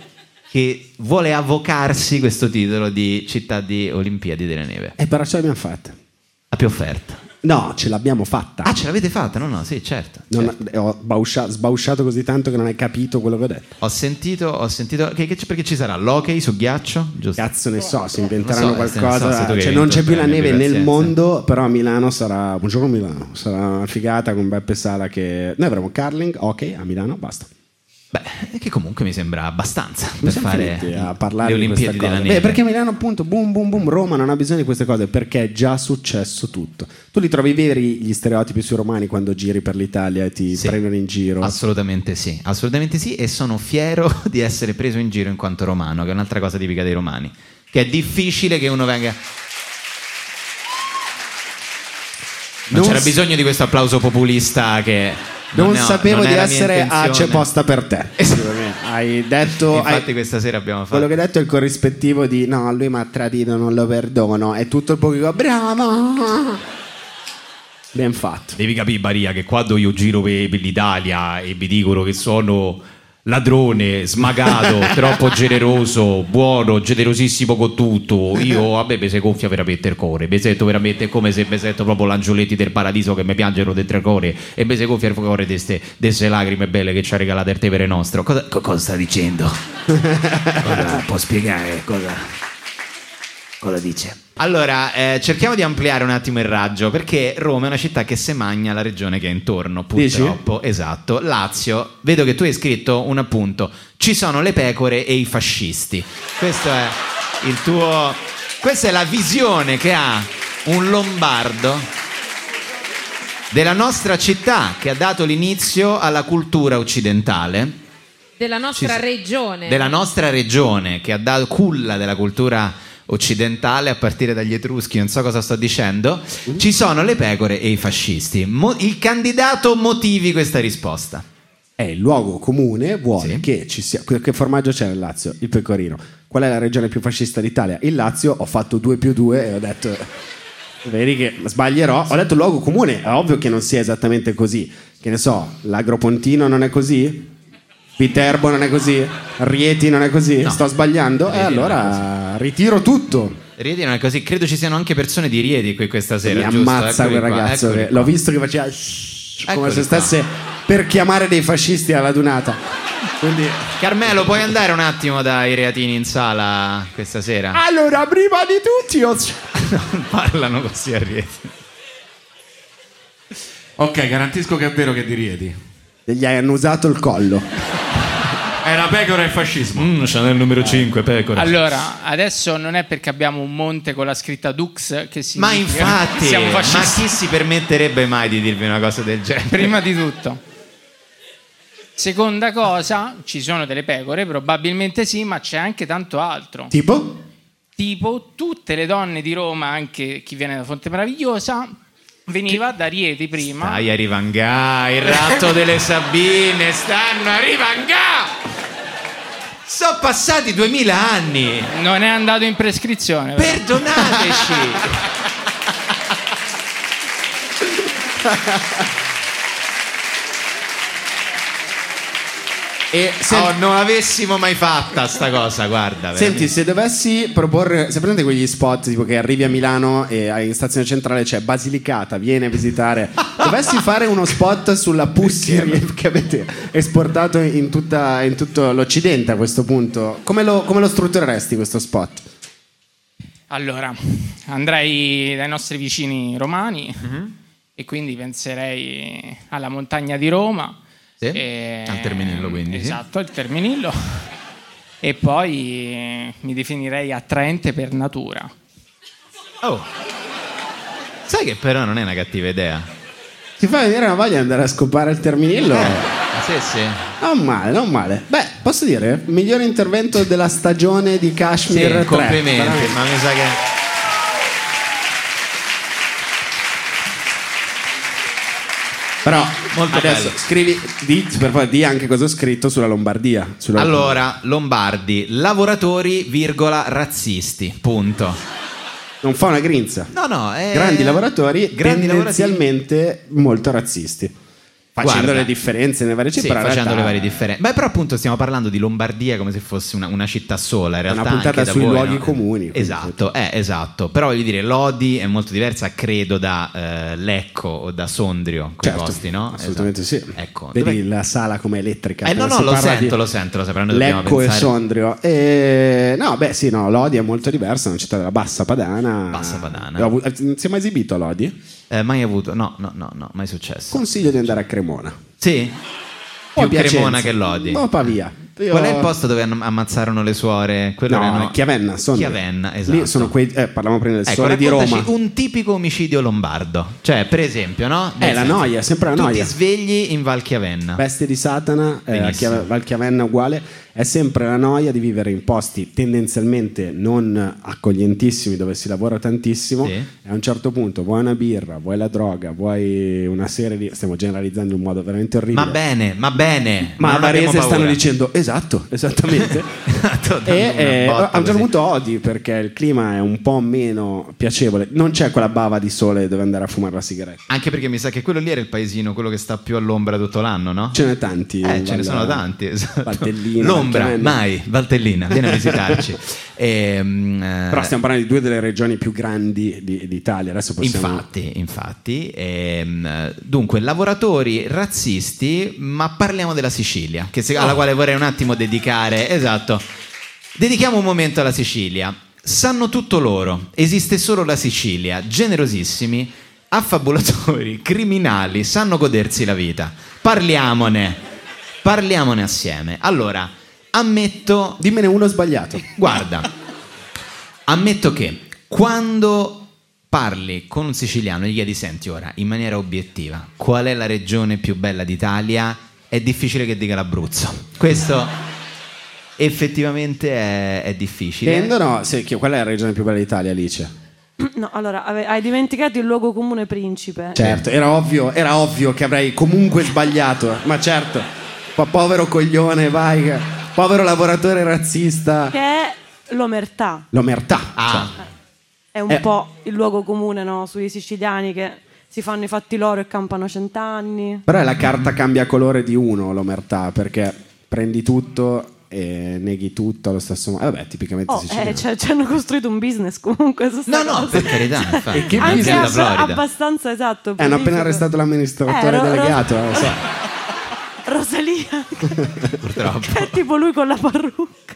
F: che vuole avvocarsi questo titolo di città di Olimpiadi della neve.
B: E però ce l'abbiamo fatta.
F: La più offerta.
B: No, ce l'abbiamo fatta.
F: Ah, ce l'avete fatta? No, no, sì, certo.
B: Non- eh, Ho bauscia- sbausciato così tanto che non hai capito quello che ho detto.
F: Ho sentito, ho sentito, che- che- perché ci sarà l'hockey su ghiaccio? Giusto.
B: Cazzo ne so, si
F: Non
B: inventeranno
F: so, se ne so,
B: qualcosa.
F: se tu che
B: Cioè, non c'è più la
F: hai
B: neve
F: pazienza.
B: nel mondo, però a Milano sarà. Buongiorno Milano, sarà una figata con Beppe Sala che. Noi avremo Carling, ok, a Milano, basta.
F: Beh, che comunque mi sembra abbastanza
B: Non
F: per
B: siamo
F: fare
B: finiti a parlare
F: le
B: di questa
F: Olimpiadi della
B: cosa.
F: neve.
B: Beh, perché Milano, appunto, boom, boom, boom. Roma non ha bisogno di queste cose perché è già successo tutto. Tu li trovi veri gli stereotipi sui romani quando giri per l'Italia e ti prendono in giro.
F: Assolutamente sì, assolutamente sì e sono fiero di essere preso in giro in quanto romano, che è un'altra cosa tipica dei romani, che è difficile che uno venga... Non,
B: Non
F: c'era
B: s-
F: bisogno di questo applauso populista che...
B: non
F: ne ho-
B: sapevo
F: non
B: di
F: era mia
B: essere ah, a c'è
F: intenzione.
B: posta per te. hai detto. hai-
F: Infatti questa sera abbiamo fatto...
B: Quello che hai detto è il corrispettivo di no, lui mi ha tradito, non lo perdono. È tutto il pubblico, bravo! Ben fatto.
N: Devi capire, Maria, che quando io giro per, per l'Italia e mi dicono che sono ladrone, smagato, troppo generoso, buono, generosissimo con tutto, io a me mi si gonfia veramente il cuore. Mi sento veramente come se mi sento proprio l'angioletti del paradiso che mi piangono dentro il cuore e mi si gonfia il cuore di queste lacrime belle che ci ha regalato il tevere nostro. Cosa, co- cosa sta dicendo? Cosa può spiegare? Cosa, cosa dice?
F: Allora, eh, cerchiamo di ampliare un attimo il raggio, perché Roma è una città che se magna la regione che è intorno, purtroppo. Esatto. Lazio, vedo che tu hai scritto un appunto. Ci sono le pecore e i fascisti. Questo è il tuo... Questa è la visione che ha un lombardo della nostra città che ha dato l'inizio alla cultura occidentale
K: Della nostra
F: Ci-
K: regione.
F: della nostra regione che ha dato culla della cultura occidentale a partire dagli etruschi, non so cosa sto dicendo, ci sono le pecore e i fascisti. Mo- il candidato motivi questa risposta.
B: È il luogo comune, vuole che ci sia. Che che formaggio c'è nel Lazio? Il pecorino. Qual è la regione più fascista d'Italia? Il Lazio, ho fatto 2 più 2 e ho detto. Vedi che sbaglierò. Ho detto luogo comune, è ovvio che non sia esattamente così. Che ne so, l'Agropontino non è così? Viterbo non è così? Rieti non è così? Sto sbagliando? E allora ritiro tutto.
F: Rieti non è così. Credo ci siano anche persone di Rieti qui questa sera.
B: Mi
F: giusto?
B: ammazza
F: Eccoli
B: quel
F: qua,
B: ragazzo.
F: eccoli
B: che-
F: qua.
B: L'ho visto che faceva shh, come
F: Eccoli
B: se stesse per chiamare dei fascisti alla dunata. Quindi...
F: Carmelo, puoi andare un attimo dai reatini in sala questa
O: Ah.
F: sera?
B: Allora, prima di tutti, io...
F: Parlano così a Rieti.
K: Ok, garantisco che è vero che è di Rieti.
B: gli hai annusato il collo.
K: Era pecora e fascismo.
L: Chanel
F: Eh.
L: numero 5, pecora.
O: Allora, adesso non è perché abbiamo un monte con la scritta Dux che si
F: Ma infatti,
O: siamo
F: ma
O: fascisti.
F: chi si permetterebbe mai di dirvi una cosa del genere?
O: Prima di tutto. Seconda cosa, ci sono delle pecore, probabilmente sì, ma c'è anche tanto altro.
B: Tipo?
O: Tipo tutte le donne di Roma, anche chi viene da Fonte Meravigliosa, veniva da Rieti prima.
F: Dai, Arivangà, il ratto delle Sabine, stanno Arivangà! Sono passati 2000 anni.
O: Non è andato in prescrizione. però.
F: Perdonateci. E oh, se non avessimo mai fatta sta cosa, guarda.
B: Senti, se dovessi proporre, se prendete quegli spot tipo che arrivi a Milano e hai- in stazione centrale c'è Basilicata, vieni a visitare. dovessi fare uno spot sulla pussy che avete esportato in, tutta- in tutto l'Occidente a questo punto, come lo, come lo struttureresti questo spot?
O: Allora, andrei dai nostri vicini romani
F: Mhm.
O: e quindi penserei alla montagna di Roma. e-
F: al Terminillo, quindi, sì.
O: Esatto, il Terminillo. e poi eh, mi definirei attraente per natura.
F: Oh. Sai che però non è una cattiva idea.
B: Ti fa venire una voglia di andare a scopare il terminillo?
F: Sì, sì.
B: Non male, non male. Beh, posso dire, miglior intervento della stagione di
F: Sì,
B: Kashmir 3.
F: complimenti,
B: veramente.
F: ma mi sa che
B: Però
F: Molto
B: adesso
F: bello.
B: scrivi, di, per favore, di anche cosa ho scritto sulla Lombardia. Sulla
F: Allora, Lombardi, lavoratori, virgola, razzisti, punto.
B: Non fa una grinza.
F: No, no, è...
B: grandi lavoratori
F: grandi
B: tendenzialmente molto razzisti facendo
F: Guarda.
B: le differenze nelle varie
F: Sì,
B: città
F: facendo le varie differenze. Beh, però appunto stiamo parlando di Lombardia come se fosse una, una città sola, in realtà.
B: una puntata
F: anche da
B: sui
F: voi, no?
B: luoghi comuni
F: Esatto, eh, esatto. Però voglio dire, Lodi è molto diversa, credo, da eh, Lecco o da Sondrio, quei
B: Certo,
F: posti, no?
B: assolutamente
F: Esatto. Ecco.
B: vedi la sala come elettrica
F: Eh, no,
B: appena
F: no,
B: si
F: lo
B: parla di
F: sento, lo sento, lo sapranno, dobbiamo
B: Lecco e
F: pensare.
B: Sondrio E- no beh sì no Lodi è molto diversa è una città della bassa padana bassa padana si è mai esibito a Lodi?
F: Eh, mai avuto no no no no mai successo
B: consiglio di andare a Cremona
F: Sì?
B: O a
F: Più
B: Piacenza.
F: Cremona che Lodi.
B: o a Pavia Io-
F: Qual è il posto dove am- ammazzarono le suore? Quello
B: No,
F: erano-
B: Chiavenna, Sondrio.
F: Chiavenna, esatto.
B: lì sono quei eh, parlavamo prima del
F: Ecco,
B: sole di
F: raccontaci
B: Roma
F: un tipico omicidio lombardo. Cioè, per esempio, no?
B: Eh, la noia, sempre la
F: tu
B: noia.
F: ti svegli in Val Chiavenna.
B: Veste di Satana, eh, a
F: Ah. Benissimo.
B: Chia- Valchiavenna uguale, è sempre la noia di vivere in posti tendenzialmente non accoglientissimi dove si lavora tantissimo e a un certo punto vuoi una birra, vuoi la droga, vuoi una serie di... stiamo generalizzando in un modo veramente orribile.
F: ma bene, ma bene.
B: Ma a
F: non abbiamo
B: Varese
F: paura.
B: stanno dicendo esatto, esattamente. e
F: una
B: eh,
F: botta
B: a un certo punto odi perché il clima è un po' meno piacevole, non c'è quella bava di sole dove andare a fumare la sigaretta.
F: Anche perché mi sa che quello lì era il paesino, quello che sta più all'ombra tutto l'anno, no?
B: Ce ne tanti.
F: Eh, ce ne
B: Val-
F: sono tanti. esatto.
B: Valtellina,
F: L'ombra,
B: Valchiavenna.
F: mai. Valtellina, vieni a visitarci. Ehm, eh,
B: Però stiamo parlando di due delle regioni più grandi di- d'Italia. Adesso possiamo...
F: Infatti, infatti, ehm, dunque, lavoratori razzisti, ma parliamo della Sicilia, che se-
B: Oh.
F: alla quale vorrei un attimo dedicare, esatto, dedichiamo un momento alla Sicilia. Sanno tutto loro, esiste solo la Sicilia, generosissimi, affabulatori, criminali, sanno godersi la vita. Parliamone, parliamone assieme. Allora, ammetto...
B: Dimmene uno sbagliato.
F: Guarda, ammetto che quando parli con un siciliano e gli chiedi senti ora in maniera obiettiva qual è la regione più bella d'Italia è difficile che dica l'Abruzzo questo effettivamente è, è difficile
B: Tendono, Eh, sì, chi- qual è la regione più bella d'Italia, Alice?
J: No, allora, ave- hai dimenticato il luogo comune principe.
B: Certo, era ovvio, era ovvio che avrei comunque sbagliato, ma certo, po- povero coglione, vai, che- povero lavoratore razzista.
J: Che è l'omertà.
B: L'omertà.
J: Ah.
F: Ah,
B: Cioè,
K: Cioè,
J: È un
B: Eh.
J: po' il luogo comune, no? Sui siciliani che si fanno i fatti loro e campano cent'anni.
B: Però è la carta cambia colore di uno, l'omertà, perché prendi tutto, e neghi tutto allo stesso modo. Eh, Vabbè, tipicamente
J: Oh,
B: siciliano.
J: eh, cioè, ci hanno costruito un business comunque. su sta cosa.
B: carità,
J: Cioè, anche abb- abbastanza esatto.
B: Eh, hanno
J: prolifico.
B: appena arrestato l'amministratore
J: Eh, ro- ro-
B: delegato, eh, lo so.
J: Rosalia, che è tipo lui con la parrucca.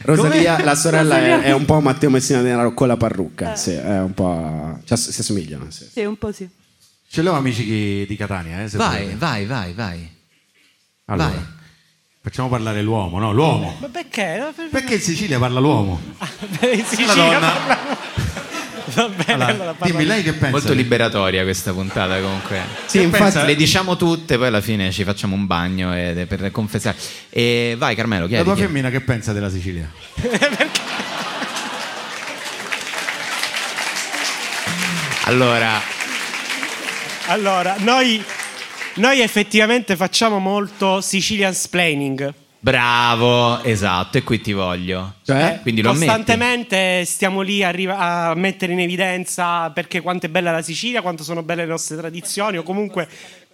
B: Rosalia,
J: Come?
B: la sorella
J: Rosalia. Eh.
B: è, è un po' Matteo Messina Denaro con la parrucca, sì, è un po'... cioè, si assomigliano, sì.
J: Sì, un po' sì.
K: Ce l'ho amici chi- di Catania, eh, se
F: Vai,
K: volete.
F: vai, vai, vai.
K: Allora, facciamo parlare l'uomo, no?
J: Eh,
K: L'uomo.
O: Ma perché?
K: Perché in Sicilia parla l'uomo?
O: In Sicilia
K: donna.
O: parla- Va bene, allora, parla-
K: dimmi lei che pensa.
F: Molto liberatoria questa puntata comunque. Sì,
K: Che
F: infatti
K: pensa?
F: le diciamo tutte, poi alla fine ci facciamo un bagno ed è per confessare. E vai Carmelo,
K: La
F: chiedi.
K: tua
F: chiedi.
K: femmina che pensa della Sicilia?
F: Allora,
P: Allora, noi, noi effettivamente facciamo molto Sicilian splaining.
F: bravo, esatto, e qui ti voglio. Quindi lo ammetti.
P: Costantemente stiamo lì a, riva- a mettere in evidenza perché quanto è bella la Sicilia, quanto sono belle le nostre tradizioni o comunque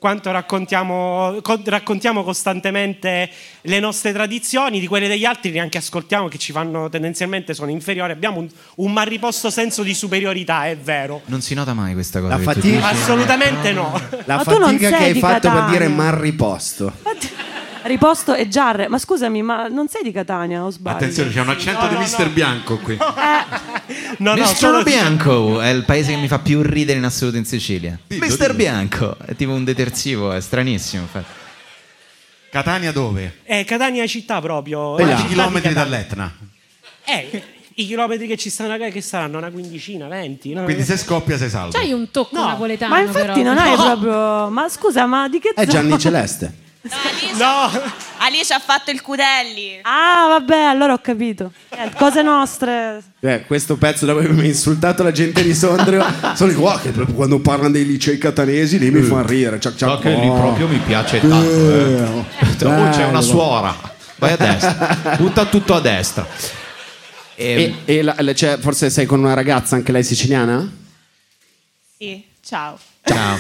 P: quanto raccontiamo, co- raccontiamo costantemente le nostre tradizioni, di quelle degli altri neanche ascoltiamo che ci fanno tendenzialmente sono inferiori, abbiamo un, un malriposto senso di superiorità, è vero.
F: Non si nota mai questa cosa.
B: La
F: che tu
B: fatica-
F: dici.
P: Assolutamente no.
B: La
J: Ma tu non
B: fatica
J: sei
B: che hai
J: di
B: fatto per
J: Catania.
B: dire mal riposto.
J: Riposto e giarre. Ma scusami, ma non sei di Catania o sbaglio?
K: Attenzione, c'è un accento di Mister Bianco qui.
P: No, no,
F: Mr.
P: solo-
F: Bianco è il paese che mi fa più ridere in assoluto in Sicilia.
K: Dillo,
F: Mr.
K: dillo.
F: Bianco è tipo un detersivo, è stranissimo. Infatti.
K: Catania dove?
P: Eh, Catania è città proprio. è la
K: Quanti
P: città di
K: chilometri
P: Catania.
K: dall'Etna?
P: Eh, i chilometri che ci stanno che saranno una quindicina, venti. no?
K: Quindi se scoppia sei salvo.
I: C'hai un tocco napoletano.
J: Ma
I: però.
J: infatti non
I: No.
J: hai proprio. Ma scusa, ma di che
F: Eh,
B: È Eh, Gianni
J: zona?
B: Celeste.
P: No!
Q: Alice ha fatto il cudelli.
J: Ah, vabbè, allora ho capito. Eh, cose nostre.
B: Eh, questo pezzo dove mi ha insultato la gente di Sondrio. sono i qua che proprio quando parlano dei licei catanesi lì mi fanno ridere. cioè, oh. Ciac, ciac,
F: Mm. che lì proprio mi piace
B: Eh,
F: tanto, eh.
B: oh,
F: Oh, c'è
B: bello.
F: una suora. Vai a destra, butta tutto a destra. Ehm,
B: E, e la- la- cioè, forse sei con una ragazza, anche lei siciliana?
Q: Sì, ciao.
B: Ciao,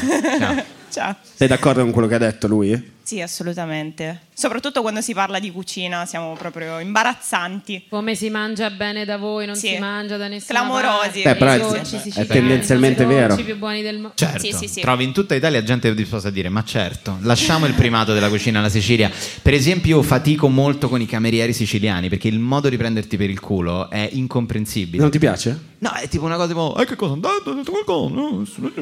B: ciao. Sei d'accordo con quello che ha detto lui?
Q: Sì, assolutamente. Soprattutto quando si parla di cucina siamo proprio imbarazzanti.
I: Come si mangia bene da voi, non
Q: Sì.
I: si mangia da nessuno.
Q: Clamorosi.
B: Beh, però è- è tendenzialmente vero.
I: più buoni del mondo.
F: Certo, trovi in tutta Italia gente disposta a dire ma certo, lasciamo il primato della cucina alla Sicilia. Per esempio io fatico molto con i camerieri siciliani perché il modo di prenderti per il culo è incomprensibile.
B: Non ti piace?
F: No, è tipo una cosa tipo... Eh, che cosa? Dai, dai, dai, qualcosa, no, su-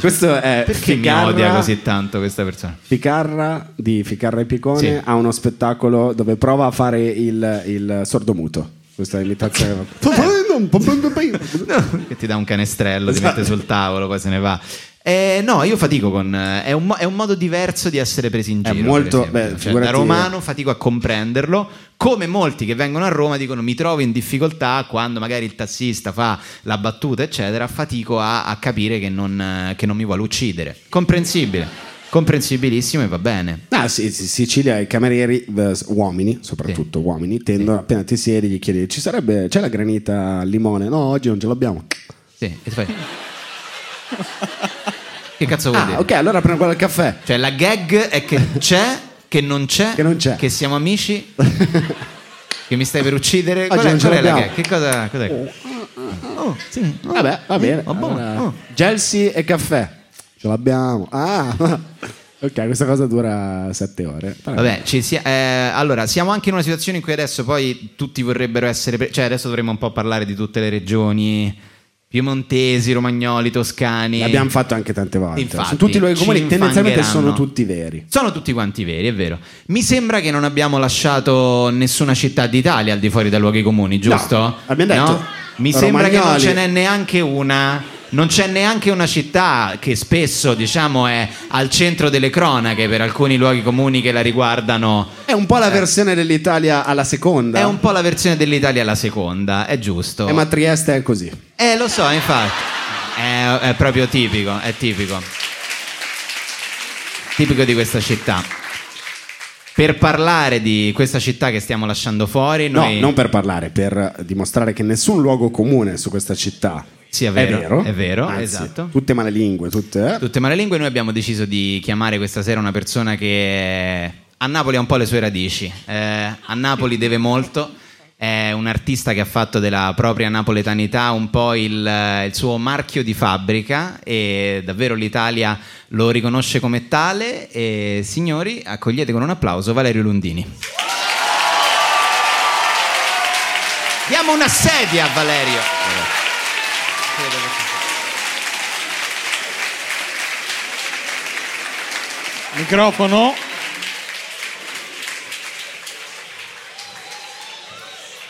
B: Questo è
F: Perché mi
B: Ficarra-
F: odia così tanto questa persona?
B: Ficarra di Ficarra e Picone
F: Sì.
B: ha uno spettacolo dove prova a fare il, il sordomuto. Questa è l'imitazione.
F: che ti dà un canestrello, ti mette sul tavolo, poi se ne va. Eh, no, io fatico con. eh, È un, mo- è un modo diverso di essere presi in
B: È
F: giro. per
B: molto-
F: esempio.
B: beh,
F: Cioè, da
B: figurati-
F: romano fatico a comprenderlo. Come molti che vengono a Roma dicono mi trovo in difficoltà quando magari il tassista fa la battuta, eccetera, fatico a, a capire che non, eh, che non mi vuole uccidere. Comprensibile, comprensibilissimo e va bene.
B: Ah, sì, sì, Sicilia, i camerieri, eh, s- uomini, soprattutto uomini, tendono appena ti siedi gli chiedi: ci sarebbe, c'è la granita al limone? No, oggi non ce l'abbiamo.
F: Sì, e ti fai- Che cazzo vuol
B: Ah,
F: dire?
B: ok, allora prendo quella al caffè.
F: Cioè, la gag è che c'è, che non c'è, che, siamo amici, che mi stai per uccidere. Qual è,
B: non ce
F: qual è la
B: l'abbiamo. Oh.
F: gag? Che cosa, cos'è? Oh,
B: Ah, Vabbè, va Ah. bene. Allora, Gelsi e caffè. Ce l'abbiamo. Ah, ok, questa cosa dura sette ore. Però-
F: Vabbè, ci sia- eh, allora siamo anche in una situazione in cui adesso poi tutti vorrebbero essere, pre- cioè adesso dovremmo un po' parlare di tutte le regioni, piemontesi, romagnoli, toscani.
B: L'abbiamo fatto anche tante volte.
F: Infatti,
B: Su tutti i luoghi
F: ci
B: comuni tendenzialmente sono
F: infangheranno.
B: tutti veri.
F: Sono tutti quanti veri, è vero. Mi sembra che non abbiamo lasciato nessuna città d'Italia al di fuori dai luoghi comuni, giusto?
B: abbiamo detto
F: No? Mi sembra che non
B: Romagnoli.
F: ce n'è neanche una. Non c'è neanche una città che spesso, diciamo, è al centro delle cronache per alcuni luoghi comuni che la riguardano.
B: È un po' la versione dell'Italia alla seconda.
F: Eh. È un po' la versione dell'Italia la seconda, è giusto.
B: Eh, ma Trieste è così.
F: Eh, lo so, infatti. È, è proprio tipico, è tipico. Tipico di questa città. Per parlare di questa città che stiamo lasciando fuori,
B: No,
F: noi...
B: non per parlare, per dimostrare che nessun luogo comune su questa città
F: Sì, è vero, è vero,
B: Anzi,
F: esatto.
B: Tutte malelingue, tutte. eh.
F: Tutte male lingue, noi abbiamo deciso di chiamare questa sera una persona che a Napoli ha un po' le sue radici. Eh, a Napoli deve molto. È un artista che ha fatto della propria napoletanità un po' il, eh, il suo marchio di fabbrica e davvero l'Italia lo riconosce come tale. E signori, accogliete con un applauso Valerio Lundini. Diamo una sedia a Valerio.
O: Microfono.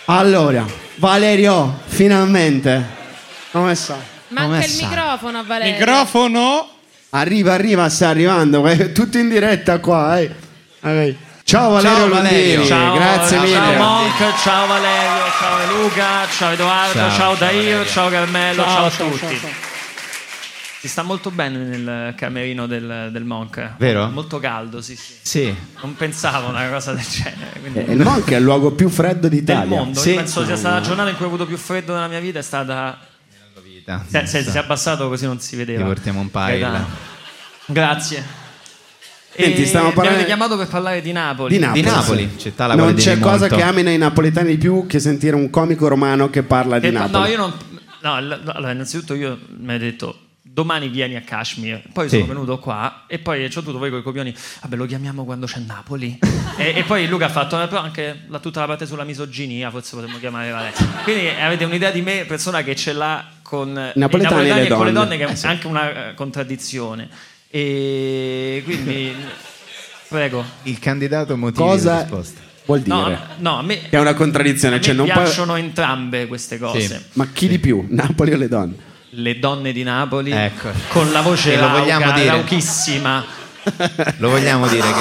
R: Allora, Valerio, finalmente. Come sta?
I: Manca
R: Come
I: il
R: sta?
I: microfono a Valerio.
R: Arriva, arriva, sta arrivando. eh, Tutto in diretta qua. eh. Ok. Ciao Valerio
F: Ciao,
R: Lundini,
F: Valerio.
A: Ciao,
R: grazie
A: ciao
R: mille.
A: Monk, ciao Valerio, ciao Luca, ciao Edoardo,
R: Ciao,
A: ciao,
R: ciao
A: Dario, ciao Carmelo,
R: Ciao,
A: ciao,
R: ciao,
A: a tutti.
R: ciao,
A: Si sta molto bene nel camerino del, del Monk.
F: Vero?
A: Molto caldo, sì, sì.
F: Sì.
A: Non pensavo a una cosa del genere. quindi-
B: Eh, il Monk è il luogo più freddo d'Italia.
A: del mondo.
B: Sì.
A: Io penso sia stata la giornata in cui ho avuto più freddo nella mia vita. È stata. Se, se- si è abbassato così non si vedeva.
F: Ti portiamo un paio.
A: Gaetano. Grazie.
B: Senti, stiamo
A: Mi avete
B: parlando-
A: chiamato per parlare di Napoli.
B: Di Napoli, sì.
F: città alla
B: non
F: quale
B: c'è
F: devi
B: cosa
F: molto.
B: che amino i napoletani di più che sentire un comico romano che parla
A: E-
B: di Napoli.
A: Eh, No, io non. no, l- l- allora, innanzitutto io mi hai detto domani vieni a Kashmir, poi
F: Sì.
A: sono venuto qua e poi ci ho dovuto voi con i copioni, vabbè lo chiamiamo quando c'è Napoli. e, e poi Luca ha fatto "Eh, però anche la- tutta la parte sulla misoginia, forse potremmo chiamare Valerio. Quindi eh, avete un'idea di me, persona che ce l'ha con eh, i
B: Napoletani e le
A: con le
B: donne.
A: donne, che è anche una eh, contraddizione. E quindi prego.
F: Il candidato motivo
B: Cosa
F: di risposta.
B: vuol dire?
A: No, a- no, a me
B: Che è una contraddizione,
A: a me
B: cioè non può-
A: piacciono entrambe queste cose.
B: Sì. Ma chi di più, Napoli o le donne?
A: Le donne di Napoli con la voce
F: Ecco. E lo
A: rauca,
F: vogliamo dire.
A: rauchissima.
F: Lo vogliamo dire che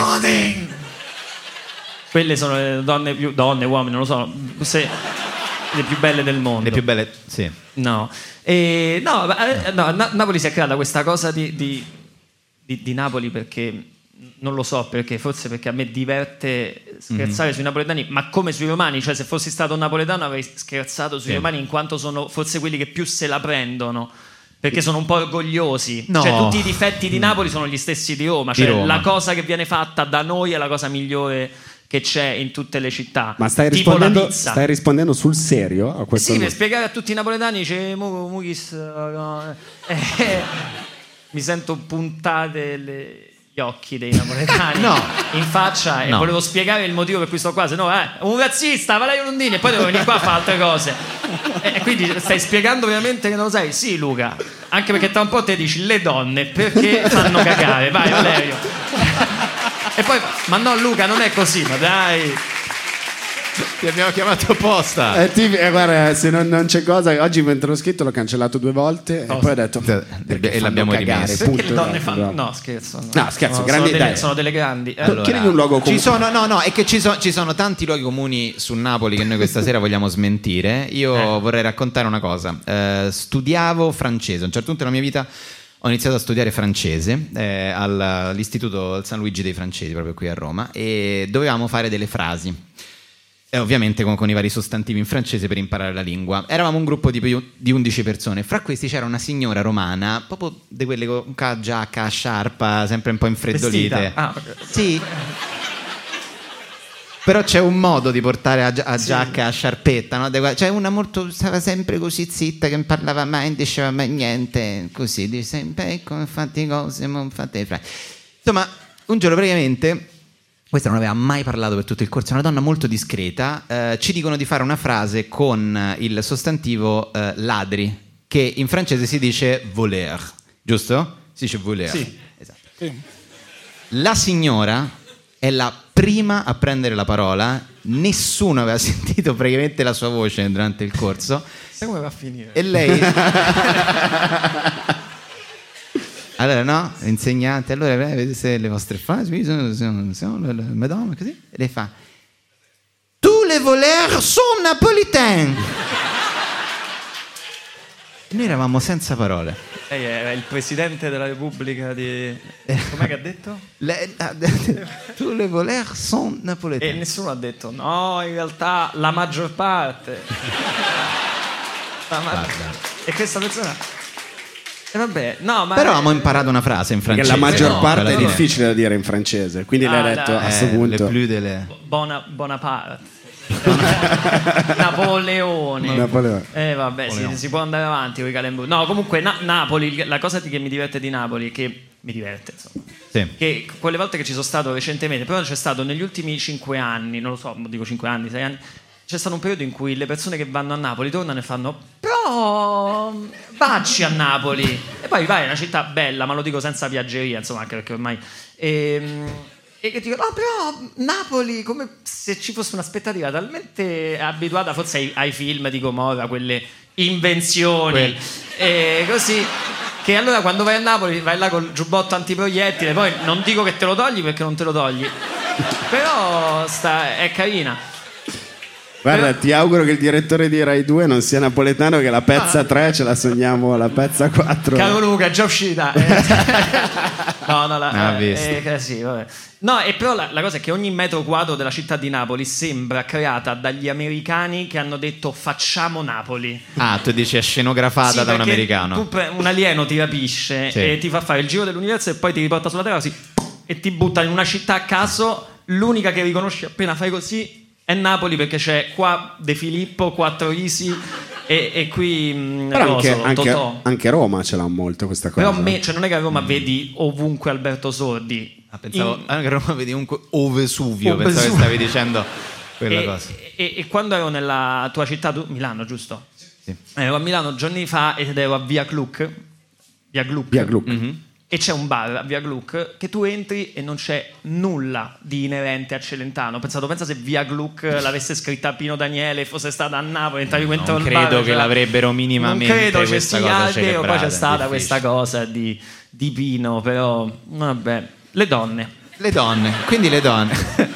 A: Quelle sono le donne più donne, uomini, non lo so, se- le più belle del mondo. Le più
F: belle, sì.
A: No. E, no, ma, eh, no, Na- Napoli si è creata questa cosa di, di- di- di Napoli perché non lo so perché, forse perché a me diverte
F: Mhm.
A: scherzare sui napoletani, ma come sui romani, cioè se fossi stato un napoletano avrei scherzato sui
F: Sì.
A: romani in quanto sono forse quelli che più se la prendono. Perché sono un po' orgogliosi,
F: No. Mm.
A: cioè tutti i difetti di Napoli sono gli stessi di Roma,
F: Di
A: cioè
F: Roma.
A: la cosa che viene fatta da noi è la cosa migliore che c'è in tutte le città.
B: Ma stai
A: Tipo la
B: rispondendo,
A: pizza.
B: stai rispondendo sul serio a questo?
A: Sì,
B: no?
A: per spiegare a tutti i napoletani c'è Mu- Mughis. eh, no, eh, eh, mi sento puntate le- gli occhi dei napoletani in faccia e
F: No.
A: volevo spiegare il motivo per cui sto qua, se no, eh, un razzista, Valerio Lundini, e poi devo venire qua a fare altre cose. E e quindi stai spiegando veramente che non lo sai? Sì, Luca, anche perché tra un po' te dici le donne perché fanno cagare, vai Valerio. E poi, ma no, Luca, non è così, ma dai.
F: Ti abbiamo chiamato apposta.
B: Eh, ti- eh, guarda, se non, non c'è cosa, oggi mentre l'ho scritto l'ho cancellato due volte e poi ho detto Cioè, perché
F: e l'abbiamo
B: fanno cagare,
F: rimesso.
B: punto.
A: Oh. Perché le donne
B: Eh,
A: fanno.
B: bravo.
A: No, scherzo.
B: No, scherzo,
A: sono
B: grandi
A: delle-
B: idee.
A: Sono delle grandi. eh.
B: Allora, Chiedi un luogo comune.
F: Ci sono, no, no, è che ci, so- ci sono tanti luoghi comuni su Napoli che noi questa sera vogliamo smentire. Io
B: Eh.
F: vorrei raccontare una cosa. Eh, studiavo francese, a un certo punto della mia vita ho iniziato a studiare francese eh, al- all'Istituto San Luigi dei Francesi, proprio qui a Roma, e dovevamo fare delle frasi. E ovviamente con, con i vari sostantivi in francese per imparare la lingua. Eravamo un gruppo di, più- di 11 persone, fra questi c'era una signora romana, proprio di quelle con ca- giacca, sciarpa, sempre un po' infreddolite.
A: Vestita. Ah,
F: Sì. Però c'è un modo di portare a, gi- a giacca, a sciarpetta, no? De qua- C'è una molto, stava sempre così zitta, che non parlava mai, non diceva mai niente, così, dice sempre, ecco, non fate cose, non fate fra-". Insomma, un giorno praticamente, questa non aveva mai parlato per tutto il corso, è una donna molto discreta, eh, ci dicono di fare una frase con eh, il sostantivo eh, ladri, che in francese si dice voler, giusto? Si dice voler. Esatto.
O: Sì.
F: La signora è la prima a prendere la parola, nessuno aveva sentito praticamente la sua voce durante il corso
A: Sai come va a finire?
F: e lei... allora no, insegnante, allora eh, vedete se le vostre frasi, qui sono, sono, sono le- le- madonna, così, e lei fa... Tous les voleurs sont napolitains! Noi eravamo senza parole.
A: Lei era il presidente della Repubblica di. Com'è che ha detto?
F: Le, tu le voler son napoletano.
A: E Eh, nessuno ha detto no, in realtà la maggior parte. La ma- E questa persona. vabbè, no, ma
F: Però abbiamo imparato una frase in
B: Perché
F: francese.
B: la maggior
F: no?
B: parte è
F: Alla fine.
B: difficile da dire in francese, quindi
A: Ah,
B: l'hai detto
A: dai.
B: a questo
A: Eh, le
B: punto.
F: più delle-
A: Bona, Bonaparte. Napoleone.
B: Napoleone.
A: Eh vabbè, si, si può andare avanti con i calemburi. No, comunque Na- Napoli, il- la cosa di- che mi diverte di Napoli, che mi diverte, insomma.
F: Sì.
A: Che quelle volte che ci sono stato recentemente, però c'è stato negli ultimi 5 anni, non lo so, dico 5 anni, 6 anni, c'è stato un periodo in cui le persone che vanno a Napoli tornano e fanno Però vacci a Napoli. E poi vai, è una città bella, ma lo dico senza piaggeria, insomma, anche perché ormai... Ehm, e che dico, no, però Napoli, come se ci fosse un'aspettativa talmente abituata forse ai, ai film di Gomorra, quelle invenzioni, e così, che allora quando vai a Napoli vai là col giubbotto antiproiettile, poi non dico che te lo togli perché non te lo togli, però sta- è carina.
B: Guarda, ti auguro che il direttore di Rai 2 non sia napoletano, che la pezza 3 ce la sogniamo alla pezza 4.
A: Caro Luca, Ah. è già uscita. Eh, no, no, la,
B: Ah,
A: eh,
B: visto.
A: eh, eh, sì, vabbè. No, e però la, la cosa è che ogni metro quadro della città di Napoli sembra creata dagli americani che hanno detto facciamo Napoli.
F: Ah, tu dici è
B: Ah,
F: scenografata
A: Sì,
F: da un
A: perché
F: americano.
A: tu pre- un alieno ti rapisce
F: Sì.
A: e ti fa fare il giro dell'universo e poi ti riporta sulla Terra così e ti butta in una città a caso. L'unica che riconosci appena fai così è Napoli perché c'è qua De Filippo, quattro Isi e, e qui mh,
B: Però anche,
A: Roso,
B: anche-
A: Totò.
B: anche Roma ce l'ha molto questa cosa.
A: Però me, cioè non è che a Roma vedi ovunque Alberto Sordi.
F: Mm. Ah, Pensavo,
A: In-
F: anche Roma vedi comunque o Vesuvio,
A: O
F: pensavo
A: Vesuvio. Eh.
F: che stavi dicendo quella
A: e,
F: cosa.
A: e- e quando ero nella tua città, tu- Milano, giusto? Ero a Milano giorni fa ed ero a Via Gluck. Via Gluck.
B: Via Gluck.
A: Mhm. E c'è un bar a Via Gluck che tu entri e non c'è nulla di inerente a Celentano. Ho pensato, pensa se Via Gluck l'avesse scritta Pino Daniele e fosse stata a Napoli, entravi dentro
F: Non
A: il bar,
F: credo che
A: c'era-
F: l'avrebbero minimamente
A: Non credo ci
F: questa
A: sia,
F: cosa
A: è vero, poi
F: celebrata,
A: c'è stata
F: difficile.
A: questa cosa di, di Pino, però vabbè. Le donne.
F: Le donne, quindi le donne.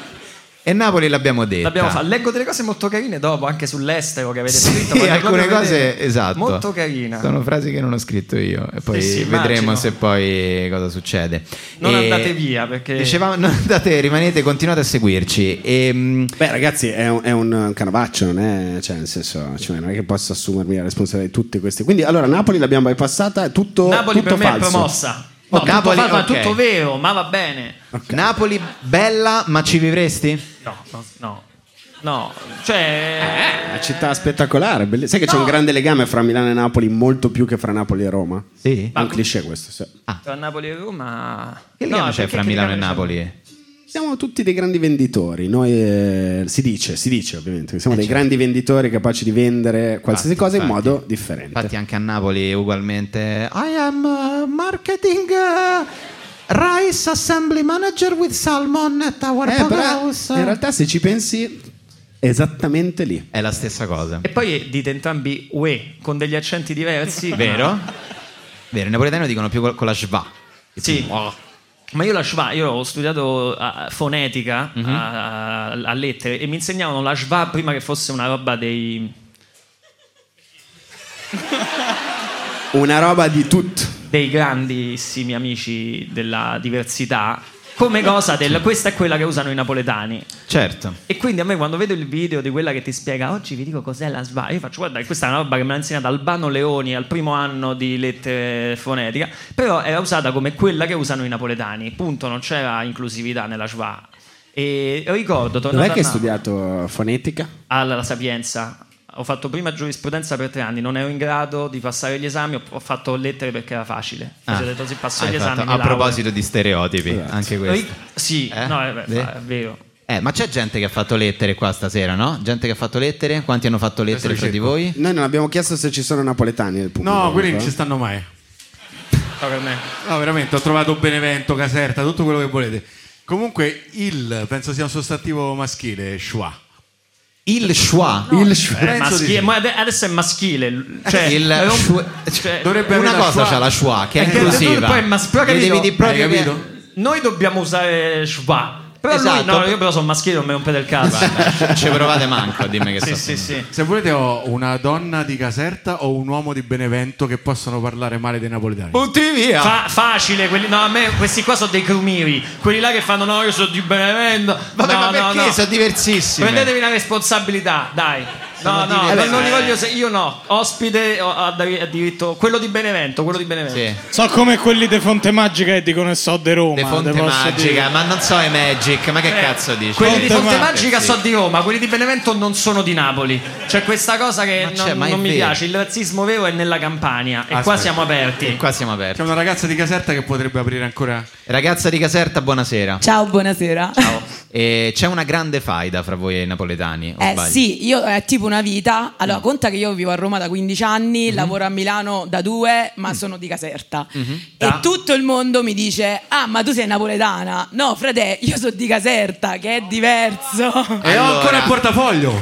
F: e Napoli l'abbiamo detta.
A: L'abbiamo fatto. Leggo delle cose molto carine dopo, anche sull'estero che avete scritto.
F: Sì,
A: voglio
F: alcune
A: proprio
F: cose,
A: vedere.
F: esatto.
A: Molto carina.
F: Sono frasi che non ho scritto io e poi
A: sì,
F: vedremo
A: immagino.
F: se poi cosa succede.
A: Non
F: E-
A: andate via perché...
F: Dicevamo, non andate, rimanete, continuate a seguirci. Ehm, E,
B: Beh, ragazzi, è un, è un canovaccio, non è, cioè, nel senso, cioè, non è che posso assumermi la responsabilità di tutte queste. Quindi, allora, Napoli l'abbiamo bypassata, è tutto,
A: Napoli
B: tutto
A: per me
B: falso.
A: è promossa. No,
F: Ok.
A: tutto
F: Oh, Napoli,
A: fatto,
F: ok.
A: è tutto vero, ma va bene.
F: Napoli bella, ma ci vivresti?
A: No, no, no. No,
F: Eh,
A: cioè...
B: Una città spettacolare, belle- sai che c'è
A: No.
B: un grande legame fra Milano e Napoli, molto più che fra Napoli e Roma?
F: Sì.
B: È un cliché questo, sì.
A: Tra Napoli e Roma...
F: Che legame
A: No,
F: c'è
A: perché
F: fra
A: che
F: Milano e
A: legame c'è?
F: Napoli?
B: Siamo tutti dei grandi venditori, noi eh, si dice, si dice ovviamente, che siamo dei grandi venditori capaci di vendere qualsiasi cosa in
F: Eh, certo. infatti.
B: modo differente.
F: Infatti anche a Napoli ugualmente. Ah,
D: I am uh, marketing uh, rice assembly manager with salmon at our
B: Eh, però
D: powerhouse.
B: in realtà se ci pensi è esattamente lì.
F: È la stessa cosa.
A: E poi dite entrambi UE con degli accenti diversi.
F: Vero? Vero, i napoletani lo dicono più col- con la schwa.
A: Sì. Ma io la schwa, io ho studiato ah, fonetica
F: Mhm.
A: a, a lettere e mi insegnavano la schwa prima che fosse una roba dei...
B: Una roba di tutto.
A: Dei grandissimi amici della diversità. Come cosa del... Questa è quella che usano i napoletani.
F: Certo.
A: E quindi a me quando vedo il video di quella che ti spiega oggi vi dico cos'è la SVA, io faccio guarda questa è una roba che me l'ha insegnata Albano Leoni al primo anno di lettere fonetica, però era usata come quella che usano i napoletani, punto, non c'era inclusività nella SVA. E ricordo, tornato
B: Dov'è
A: a
B: che hai
A: Napoli-
B: studiato fonetica?
A: alla La Sapienza. Ho fatto prima giurisprudenza per tre anni, non ero in grado di passare gli esami, ho- ho fatto lettere perché era facile.
F: Ah.
A: Cioè, ho detto, sì, passo
F: Hai
A: gli
F: fatto-
A: esami. mi
F: a
A: laureo.
F: proposito di stereotipi,
B: Esatto.
F: anche
A: Ri-
F: questo. Eh?
A: Sì, no, è,
F: Sì?
A: è vero.
F: Eh, ma c'è gente che ha fatto lettere qua stasera, no? Gente che ha fatto lettere? Quanti hanno fatto lettere fra di voi?
B: Noi non abbiamo chiesto se ci sono napoletani nel pubblico.
K: No, quelli non
B: eh?
K: ci stanno mai.
A: No, per me.
K: No, veramente, ho trovato Benevento, Caserta, tutto quello che volete. Comunque, il, penso sia un sostantivo maschile, schwa.
F: Il schwa?
B: il
A: È maschile, ma ade- adesso è maschile. Cioè,
F: Il
A: è un-
F: schwa-
A: cioè,
F: Eh, Dovrebbe una avere la cosa schwa. c'ha la schwa, che è
A: Perché
F: inclusiva.
A: Poi è mas- però
F: Lo
A: capito,
F: devi dire proprio Hai capito?
A: Noi dobbiamo usare schwa. Però lui-
F: Esatto.
A: no, io però sono maschile, non mi rompete il cazzo.
F: Non ci provate manco a dirmi che
A: Sì,
F: sto
A: sì, sì.
K: Se volete ho una donna di Caserta o un uomo di Benevento che possono parlare male dei napoletani.
F: Butti via!
A: Fa- facile, quelli, no, a me questi qua sono dei crumiri, quelli là che fanno no, io sono di Benevento.
F: Vabbè,
A: no,
F: ma
A: no,
F: perché?
A: no.
F: Sono diversissimi.
A: Prendetevi una responsabilità, dai. No, no,
F: Eh, beh,
A: non li
F: eh.
A: voglio. se- io no. Ospite ho- ha da- ha diritto. Quello di Benevento, quello di Benevento.
H: So come quelli di Fonte Magica che dicono che so di Roma.
F: De Fonte
H: te posso
F: Magica,
H: dire.
F: ma non so è Magic, ma che
A: Eh,
F: cazzo dici?
A: Quelli di Fonte Magica
F: sì.
A: so di Roma, quelli di Benevento non sono di Napoli. C'è questa cosa che
F: c'è,
A: non,
F: ma è
A: non mi
F: vero.
A: piace. Il razzismo vero è nella Campania. E qua
F: Aspetta.
A: siamo aperti.
F: E qua siamo aperti.
K: C'è una ragazza di Caserta che potrebbe aprire ancora.
F: Ragazza di Caserta, buonasera.
S: Ciao, buonasera.
F: Eh, c'è una grande faida fra voi e i napoletani. o
S: Eh
F: sbaglio?
S: sì, io è tipo una vita. Allora,
F: Mm.
S: conta che io vivo a Roma da 15 anni,
F: Mm-hmm.
S: lavoro a Milano da due,
F: Mm.
S: ma sono di Caserta. E tutto il mondo mi dice: Ah, ma tu sei napoletana? No, frate, io sono di Caserta, che è diverso.
K: E ho ancora il portafoglio.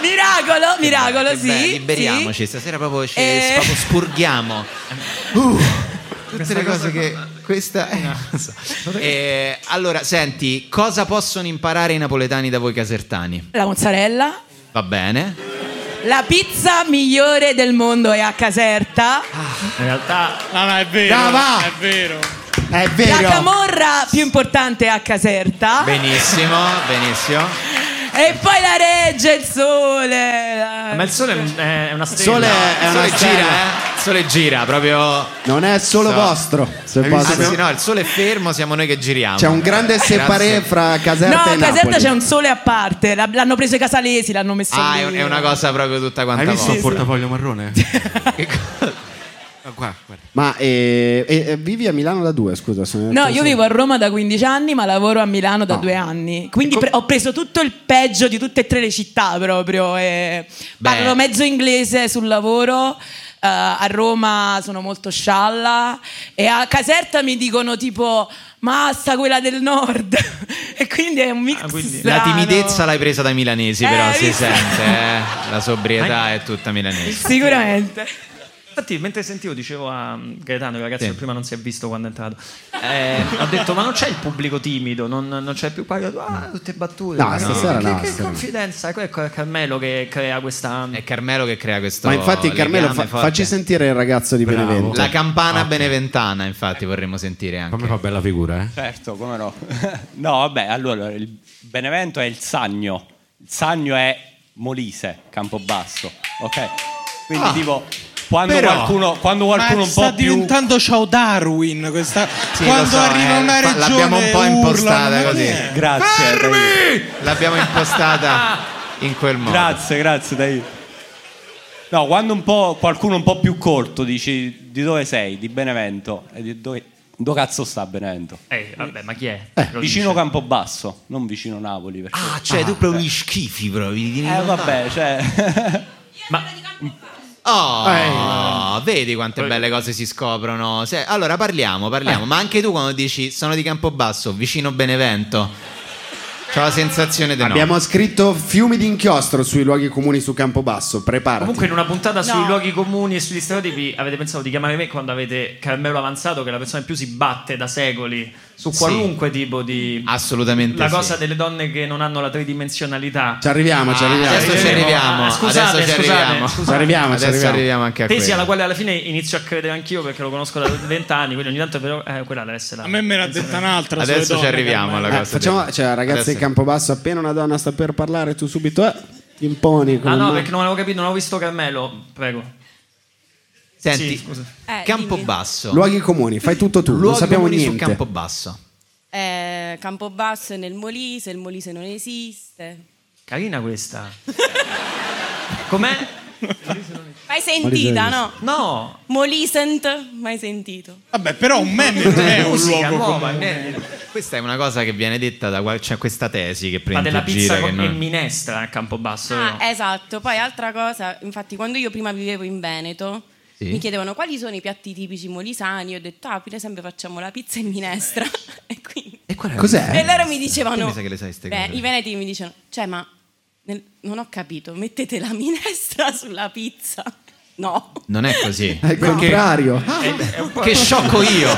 S: miracolo, miracolo, sì.
F: Beh,
S: sì.
F: liberiamoci, stasera proprio ci
S: Eh.
F: proprio spurghiamo. Uh, tutte le cose che. Questa eh, non so. Eh, allora, senti, cosa possono imparare i napoletani da voi casertani?
S: La mozzarella,
F: Va bene?
S: la pizza migliore del mondo è a Caserta.
A: In realtà.
H: No, no, è vero.
S: No, va.
H: È vero.
R: È
S: La camorra più importante è a Caserta.
F: Benissimo, benissimo.
S: E poi la regge, il sole. la-
A: Ma il sole è un- è una stella.
F: Sole
R: è
F: Il
R: una
F: sole
R: stella.
F: gira, eh? Il sole gira proprio.
R: Non è solo
F: So.
R: vostro. se
F: Hai
R: posso-
F: visto? Anzi, no, il sole è fermo, siamo noi che giriamo.
R: C'è un grande
F: Grazie.
R: separé fra Caserta
S: no,
R: e
S: a
R: Napoli.
S: Caserta c'è un sole a parte. la- L'hanno preso i casalesi, l'hanno messo
F: Ah,
S: lì.
F: è, un- è una cosa proprio tutta quanta
K: Hai visto
F: vostra.
K: il portafoglio marrone? Ah, qua, guarda.
R: Ma eh, eh, vivi a Milano da due, scusa.
F: Eh,
R: sono-
S: No, io vivo a Roma da 15 anni, ma lavoro a Milano da
F: Ah.
R: No.
S: due anni. Quindi pre- ho preso tutto il peggio di tutte e tre le città proprio. e Parlo mezzo inglese sul lavoro. eh, a Roma sono molto scialla e a Caserta mi dicono tipo ma sta quella del nord e quindi è un mix
F: Ah, La
S: strano.
F: timidezza l'hai presa dai milanesi, però
S: Eh,
F: si
S: visto?
F: sente, eh? La sobrietà è tutta milanese.
S: Sicuramente.
A: Infatti, mentre sentivo, dicevo a mm, Gaetano, il ragazzo
F: Sì.
A: che prima non si è visto quando è entrato, eh, ho detto: Ma non c'è il pubblico timido, non, non c'è più paura. Ah, tutte battute.
R: No,
A: Ma
R: stasera
A: che,
R: no,
A: Che
R: stasera no.
A: confidenza, ecco, ecco, è Carmelo che crea questa.
F: È Carmelo che crea questo.
R: Ma infatti, Carmelo, fa-
F: legame forte.
R: facci sentire il ragazzo di Benevento.
F: La campana beneventana, infatti, vorremmo sentire anche. Come fa bella figura, eh?
T: Certo, come no. no, vabbè, allora il Benevento è il Sagno. Il Sagno è Molise, Campobasso. Ok? Quindi
H: Ah,
T: tipo quando
H: però-
T: qualcuno, quando qualcuno
H: Ma
T: un
H: sta
T: po' più
H: diventando ciao Darwin questa...
T: Sì, lo
H: quando
T: so,
H: arriva
T: eh,
H: una
T: fa-
H: regione
F: L'abbiamo un po'
H: urlano,
F: impostata
H: ma
F: così.
H: che è?
T: Grazie. Fermi!
F: L'abbiamo impostata in quel modo.
T: Grazie, grazie, dai. No, quando un po' qualcuno un po' più corto dici di dove sei? Di Benevento. E di dove, dove cazzo sta Benevento?
A: Eh, vabbè, ma chi è? Lo dice.
T: vicino Campobasso, non vicino Napoli. Perché... Ah,
F: cioè, tu proprio
T: gli
F: schifi, proprio.
T: Eh, vabbè, cioè...
F: Oh,
T: Eh.
F: vedi quante belle cose si scoprono. Se- allora parliamo,
R: Eh.
F: parliamo. Ma anche tu quando dici sono di Campobasso, vicino Benevento, c'ho la sensazione di no.
R: Abbiamo scritto fiumi di inchiostro sui luoghi comuni su Campobasso. Preparati.
A: Comunque, in una puntata sui
R: No.
A: luoghi comuni e sugli stereotipi, avete pensato di chiamare me quando avete Carmelo Avanzato, che è la persona in più si batte da secoli su
F: Sì.
A: qualunque tipo di.
H: Ah,
F: Assolutamente
A: La
F: sì.
A: cosa delle donne che non hanno la tridimensionalità.
H: Cioè,
R: Ci arriviamo, ci
F: Ah,
R: arriviamo. Eh,
F: Adesso ci arriviamo.
A: Ah, scusate,
F: adesso ci
A: scusate,
F: arriviamo.
A: scusate.
R: Ci arriviamo, ci
F: adesso
R: arriviamo.
F: anche a
A: Tesi
F: questo.
A: alla quale alla fine inizio a credere anch'io perché lo conosco da vent'anni, quindi ogni tanto però, eh, quella deve essere la...
H: A me me l'ha detta un'altra. sulle
F: Adesso ci
H: donne,
F: arriviamo
H: Carmelo.
F: alla
R: Eh,
F: cosa.
R: facciamo,
F: del-
R: cioè, ragazzi
F: adesso-
R: di Campobasso, appena una donna sta per parlare, tu subito eh, ti imponi.
A: Ah
R: come
A: no,
R: mai.
A: perché non avevo capito, non avevo visto Carmelo, prego.
F: Senti, Eh,
A: Sì, scusa.
F: Campobasso.
R: Luoghi comuni, fai tutto tu, non
F: Luoghi
R: sappiamo
F: comuni
R: niente.
F: su Campobasso.
U: Eh, Campobasso è nel Molise, il Molise non esiste.
A: Carina questa. Com'è?
U: Mai sentita, no?
A: No.
U: Molisent, mai sentito.
H: Vabbè, però un meme non è un luogo comune.
F: Questa è una cosa che viene detta da qual- cioè, questa tesi che
A: Ma
F: prende
A: della
F: in
A: pizza
F: giro.
A: co-
F: Che
A: e
F: non...
A: minestra a Campobasso.
U: Ah,
A: vero?
U: esatto. Poi altra cosa, infatti quando io prima vivevo in Veneto,
A: Sì.
U: mi chiedevano quali sono i piatti tipici molisani, io ho detto "Ah, per esempio facciamo la pizza e minestra".
A: Eh.
R: Cos'è?
U: e loro mi
F: Eh, Tu
U: dicevano
F: mi sa che le sai ste
U: Beh,
F: cose.
U: i veneti mi dicono "Cioè, ma nel- non ho capito, mettete la minestra sulla pizza". No.
F: Non è così.
R: È il contrario.
F: Ah, Che sciocco io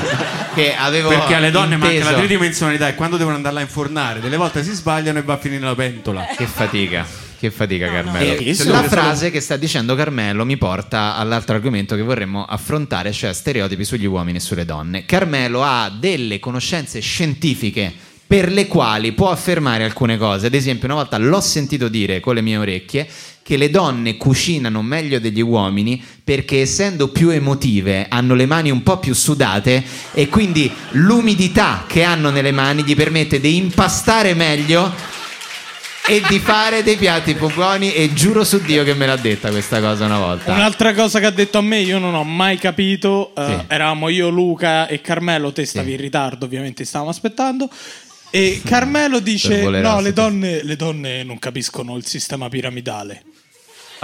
F: che avevo
K: Perché alle donne manca la
F: inteso.
K: tridimensionalità e quando devono andarla a infornare, delle volte si sbagliano e va a finire la pentola.
F: Che fatica. Che fatica, Carmelo. Cioè,
K: Eh, se
F: la
K: dovete
F: frase che sta dicendo Carmelo mi porta all'altro argomento che vorremmo affrontare, cioè stereotipi sugli uomini e sulle donne. Carmelo ha delle conoscenze scientifiche per le quali può affermare alcune cose. Ad esempio, una volta l'ho sentito dire con le mie orecchie che le donne cucinano meglio degli uomini perché essendo più emotive hanno le mani un po' più sudate e quindi l'umidità che hanno nelle mani gli permette di impastare meglio e di fare dei piatti più buoni e giuro su Dio che me l'ha detta questa cosa una volta.
H: Un'altra cosa che ha detto a me, io non ho mai capito. eh, Eravamo io, Luca e Carmelo. Te stavi in ritardo, ovviamente, stavamo aspettando. E Carmelo dice:
F: voler
H: No, le
F: aspettare."
H: donne, le donne non capiscono il sistema piramidale.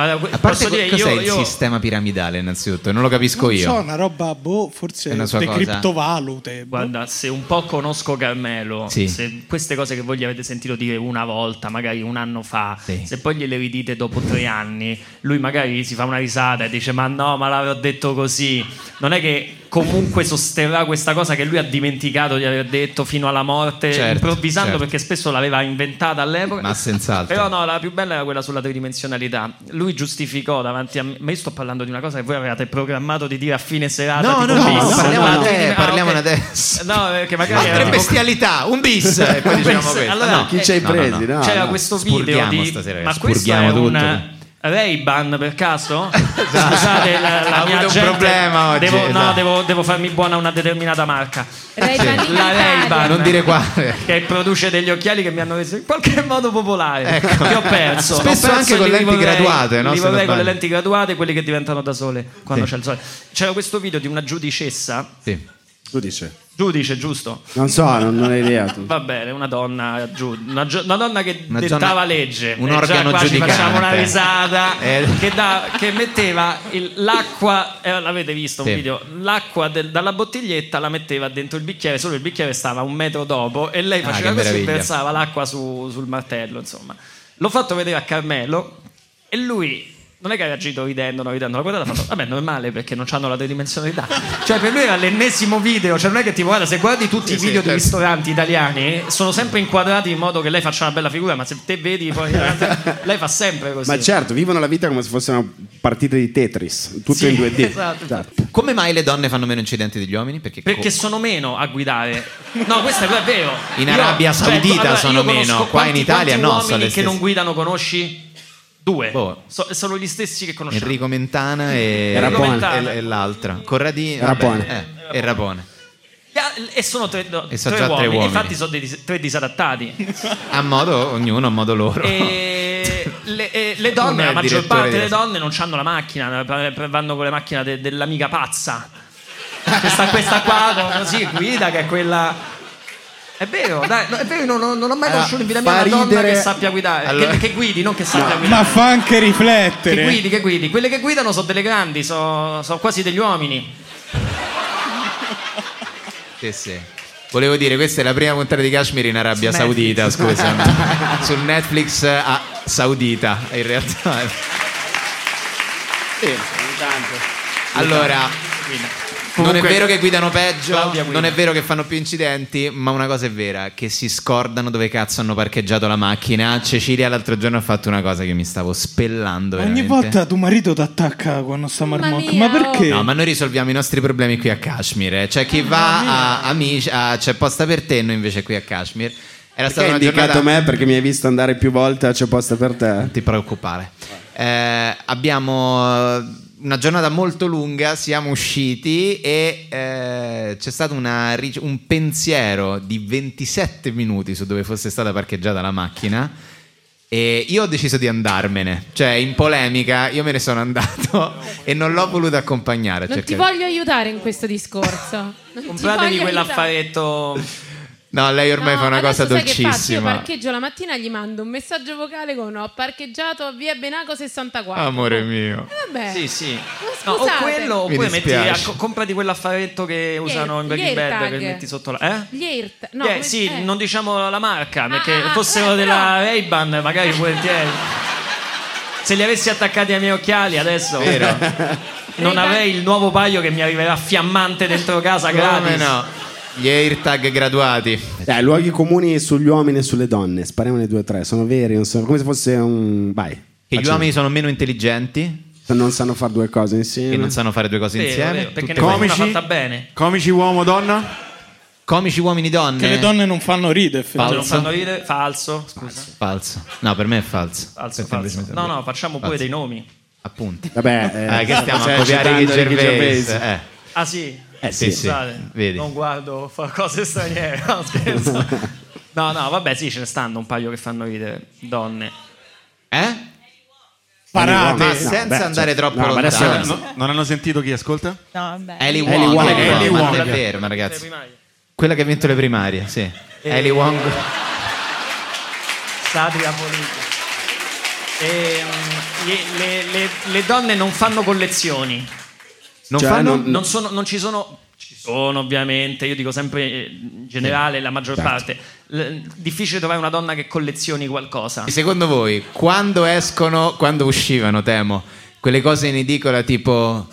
F: A parte
H: Posso
F: co-
H: dire,
F: cos'è
H: io-
F: il
H: io-
F: sistema piramidale innanzitutto, non lo capisco
H: Non
F: io.
H: so, una roba, boh, forse
F: È una sua
H: le
F: cosa.
H: criptovalute. boh.
A: Guarda, se un po' conosco Carmelo,
F: Sì.
A: se queste cose che voi gli avete sentito dire una volta, magari un anno fa, se poi gliele ridite dopo tre anni, lui magari si fa una risata e dice: Ma no, ma l'avevo detto così. Non è che comunque sosterrà questa cosa che lui ha dimenticato di aver detto fino alla morte,
F: Certo,
A: improvvisando
F: certo.
A: perché spesso l'aveva inventata all'epoca.
F: Ma senz'altro.
A: Però no, la più bella era quella sulla tridimensionalità. Lui giustificò davanti a me, ma io sto parlando di una cosa che voi avevate programmato di dire a fine serata.
F: No,
A: tipo
F: no, no,
A: bis.
F: parliamo
A: Ah,
F: a te,
A: ok.
F: parliamone adesso.
A: No, perché magari
F: Altre
A: era tipo-
F: bestialità, un bis, e poi diciamo questo. No, chi ci hai presi? No,
A: c'era
F: no.
A: questo video
F: Spurghiamo
A: di...
F: stasera,
A: ma questo è
F: spurghiamo tutto. Esatto.
A: un Ray-Ban per caso? Scusate, la, la
F: Ha
A: mia
F: avuto un
A: gente-
F: problema oggi,
A: Devo, no,
F: esatto.
A: devo, devo farmi buona una determinata marca.
F: Ray-Ban in
A: la
F: Italia.
A: Ray-Ban.
F: Non dire quale.
A: Che produce degli occhiali che mi hanno reso in qualche modo popolare.
F: Ecco.
A: Che ho perso.
F: Spesso
A: Ho perso
F: anche
A: e
F: con
A: li
F: lenti
A: vorrei-
F: graduate, no,
A: Li
F: se non
A: vorrei con le
F: sbaglio.
A: lenti graduate, quelle che diventano da sole quando
F: Sì.
A: c'è il sole. C'era questo video di una giudicessa.
B: Giudice.
A: Giudice, giusto?
B: Non so, non, non ho idea. tu.
A: Va bene, una donna, giu- una, gio- una donna che
B: Una
A: dettava
B: donna-
A: legge.
B: un
A: E già
B: organo
A: qua
B: giudicante.
A: Ci facciamo una risata
F: Eh.
A: che, da- che metteva il- l'acqua, eh, l'avete visto un
F: Sì.
A: video, l'acqua del- dalla bottiglietta la metteva dentro il bicchiere, solo il bicchiere stava un metro dopo e lei
F: Ah,
A: faceva
F: che
A: così
F: meraviglia.
A: e versava l'acqua su- sul martello, insomma. L'ho fatto vedere a Carmelo e lui... Non è che ha reagito ridendo, non ridendo, l'ha guardato e ha fatto, vabbè, normale perché non hanno la tridimensionalità. Cioè, per lui era l'ennesimo video, cioè non è che tipo, guarda, se guardi tutti
F: Sì,
A: i
F: sì,
A: video di
F: certo.
A: ristoranti italiani, sono sempre inquadrati in modo che lei faccia una bella figura, ma se te vedi poi... lei fa sempre così.
B: Ma certo, vivono la vita come se fosse una partita di Tetris, tutto
A: Sì,
B: in 2D.
A: esatto.
R: Certo.
F: Come mai le donne fanno meno incidenti degli uomini? Perché,
A: Perché sono meno a guidare. No, questo è vero.
F: In Arabia Saudita sono
A: io conosco
F: meno, qua in
A: quanti-
F: Italia
A: quanti
F: no, sono
A: uomini
F: le
A: che
F: stesse.
A: non guidano conosci? Due.
F: Boh.
A: So- sono gli stessi che conosciamo.
F: Enrico Mentana e,
A: Era
F: e-
A: Buona.
F: e- e l'altra. Corradini
B: Rapone.
F: eh, e Rapone.
A: Ga- E sono tre, no,
F: E sono
A: tre
F: già tre
A: uomini.
F: uomini.
A: Infatti sono dei dis- tre disadattati.
F: A modo, ognuno a modo loro.
A: E le, e le
F: Uno
A: donne,
F: è
A: la
F: il
A: maggior
F: direttore
A: parte
F: di-
A: delle donne non hanno la macchina, pre- pre- vanno con le macchine de- dell'amica pazza. Questa, questa qua con- così guida che è quella. È vero, dai, no, è vero, io non, non ho
F: Allora,
A: mai conosciuto in vita mia
F: fa
A: una donna
F: ridere-
A: che sappia guidare. che-
F: Allora-
A: Che, guidi, non che sappia
H: Ma
A: guidare.
H: fa anche
A: Che
H: riflettere.
A: guidi, che guidi. Quelle che guidano sono delle grandi, sono quasi degli uomini.
F: Sì, sì. Volevo dire, questa è la prima puntata di Kashmir in Arabia Saudita, scusa. Sul Netflix eh, a Saudita, in realtà. Allora, non
A: Comunque,
F: è vero che guidano peggio,
A: Claudia guida.
F: non è vero che fanno più incidenti, ma una cosa è vera, che si scordano dove cazzo hanno parcheggiato la macchina. Cecilia l'altro giorno ha fatto una cosa che mi stavo spellando
H: Ogni
F: veramente.
H: volta tuo marito ti attacca quando sta marmocco.
F: mia,
H: Ma perché?
F: No, ma noi risolviamo i nostri problemi qui a Kashmir. eh. C'è chi
B: Ah,
F: va a, amici, a- c'è posta per te, noi invece qui a Kashmir. Era
B: Perché
F: stata
B: hai
F: una
B: indicato
F: giornata...
B: me perché mi hai visto andare più volte a C'è posta per te? Non
F: ti preoccupare. Eh, abbiamo eh, una giornata molto lunga, siamo usciti e eh, c'è stato una ric- un pensiero di 27 minuti su dove fosse stata parcheggiata la macchina. E io ho deciso di andarmene, cioè in polemica io me ne sono andato e non l'ho voluto accompagnare. a
I: Non ti
F: cercare-
I: voglio aiutare in questo discorso.
A: Compratevi
I: fare
A: quell'affaretto.
F: No, lei ormai fa una cosa
I: Io
F: dolcissima.
I: parcheggio la mattina e gli mando un messaggio vocale con ho parchegggiato a via Benaco 64.
F: Amore mio.
I: Eh, Vabbè.
A: Sì, sì.
I: Ma
A: No, o
I: scusate.
A: quello oppure
F: Mi
A: metti,
F: dispiace.
A: a, co- comprati quell'affaretto che usano in Breaking Bad
I: AirTag.
A: che metti sotto la. Eh?
I: Gli Eirt- no,
A: Eh,
I: come-
A: sì,
I: eh. Ah,
A: non diciamo la marca, perché fossero della Ray-Ban magari volentieri. Se li avessi attaccati ai miei occhiali adesso
F: Vero.
A: non avrei il nuovo paio che mi arriverà fiammante dentro casa
F: Come
A: gratis.
F: no? Gli AirTag graduati.
B: Dai, luoghi comuni sugli uomini e sulle donne. Spariamo le due o tre. Sono veri, non sono come se fosse un. Vai.
F: Che gli
B: facciamo.
F: uomini sono meno intelligenti,
B: Non sanno fare due cose insieme.
F: che non sanno fare due cose
A: Vero,
F: insieme.
A: vero, perché
F: tutte
A: ne
F: quelle-
A: comici fatta bene.
K: Comici uomo donna?
F: Comici uomini donne.
H: Che le donne non fanno ride,
A: Falso. Non
F: Falso.
A: fanno ridere? Falso. Scusa.
F: Falso. No, per me è falso.
A: Falso,
F: Per me
A: falso.
F: è
A: No, no, facciamo pure
F: Falso.
A: dei nomi.
F: Appunti.
B: Vabbè, eh,
F: Eh, che stiamo
B: cioè,
F: a copiare Ricky
B: citando Ricky
F: Gervais.
B: Gervais.
F: Eh.
A: Ah sì?
F: Eh, sì, sì.
A: Scusate,
F: Vedi.
A: Non guardo fa- cose straniere, no scherzo. No, no, vabbè sì, ce ne stanno un paio che fanno ridere, donne.
F: Eh?
A: Parate.
F: Ma senza
A: No, beh,
F: andare
A: cioè,
F: troppo
A: no, ma adesso-
F: lontano.
K: No, non hanno sentito chi ascolta?
Q: No, vabbè.
F: Ellie
K: Ellie
F: Wong,
K: Wong.
F: Ellie
K: Ellie
F: Wong,
K: Wong.
F: ma non è vero, ma ragazzi. Quella che ha vinto le primarie, sì.
A: Eh,
F: Ellie Wong.
A: Satira politica. E, mm, le, le- le- le donne non fanno collezioni.
F: Non fanno-
A: non, sono- non ci sono. Ci sono ovviamente, io dico sempre eh, in generale la maggior
F: Certo.
A: parte. L- difficile trovare una donna che collezioni qualcosa.
F: Secondo voi, quando escono, quando uscivano, temo, quelle cose in edicola tipo...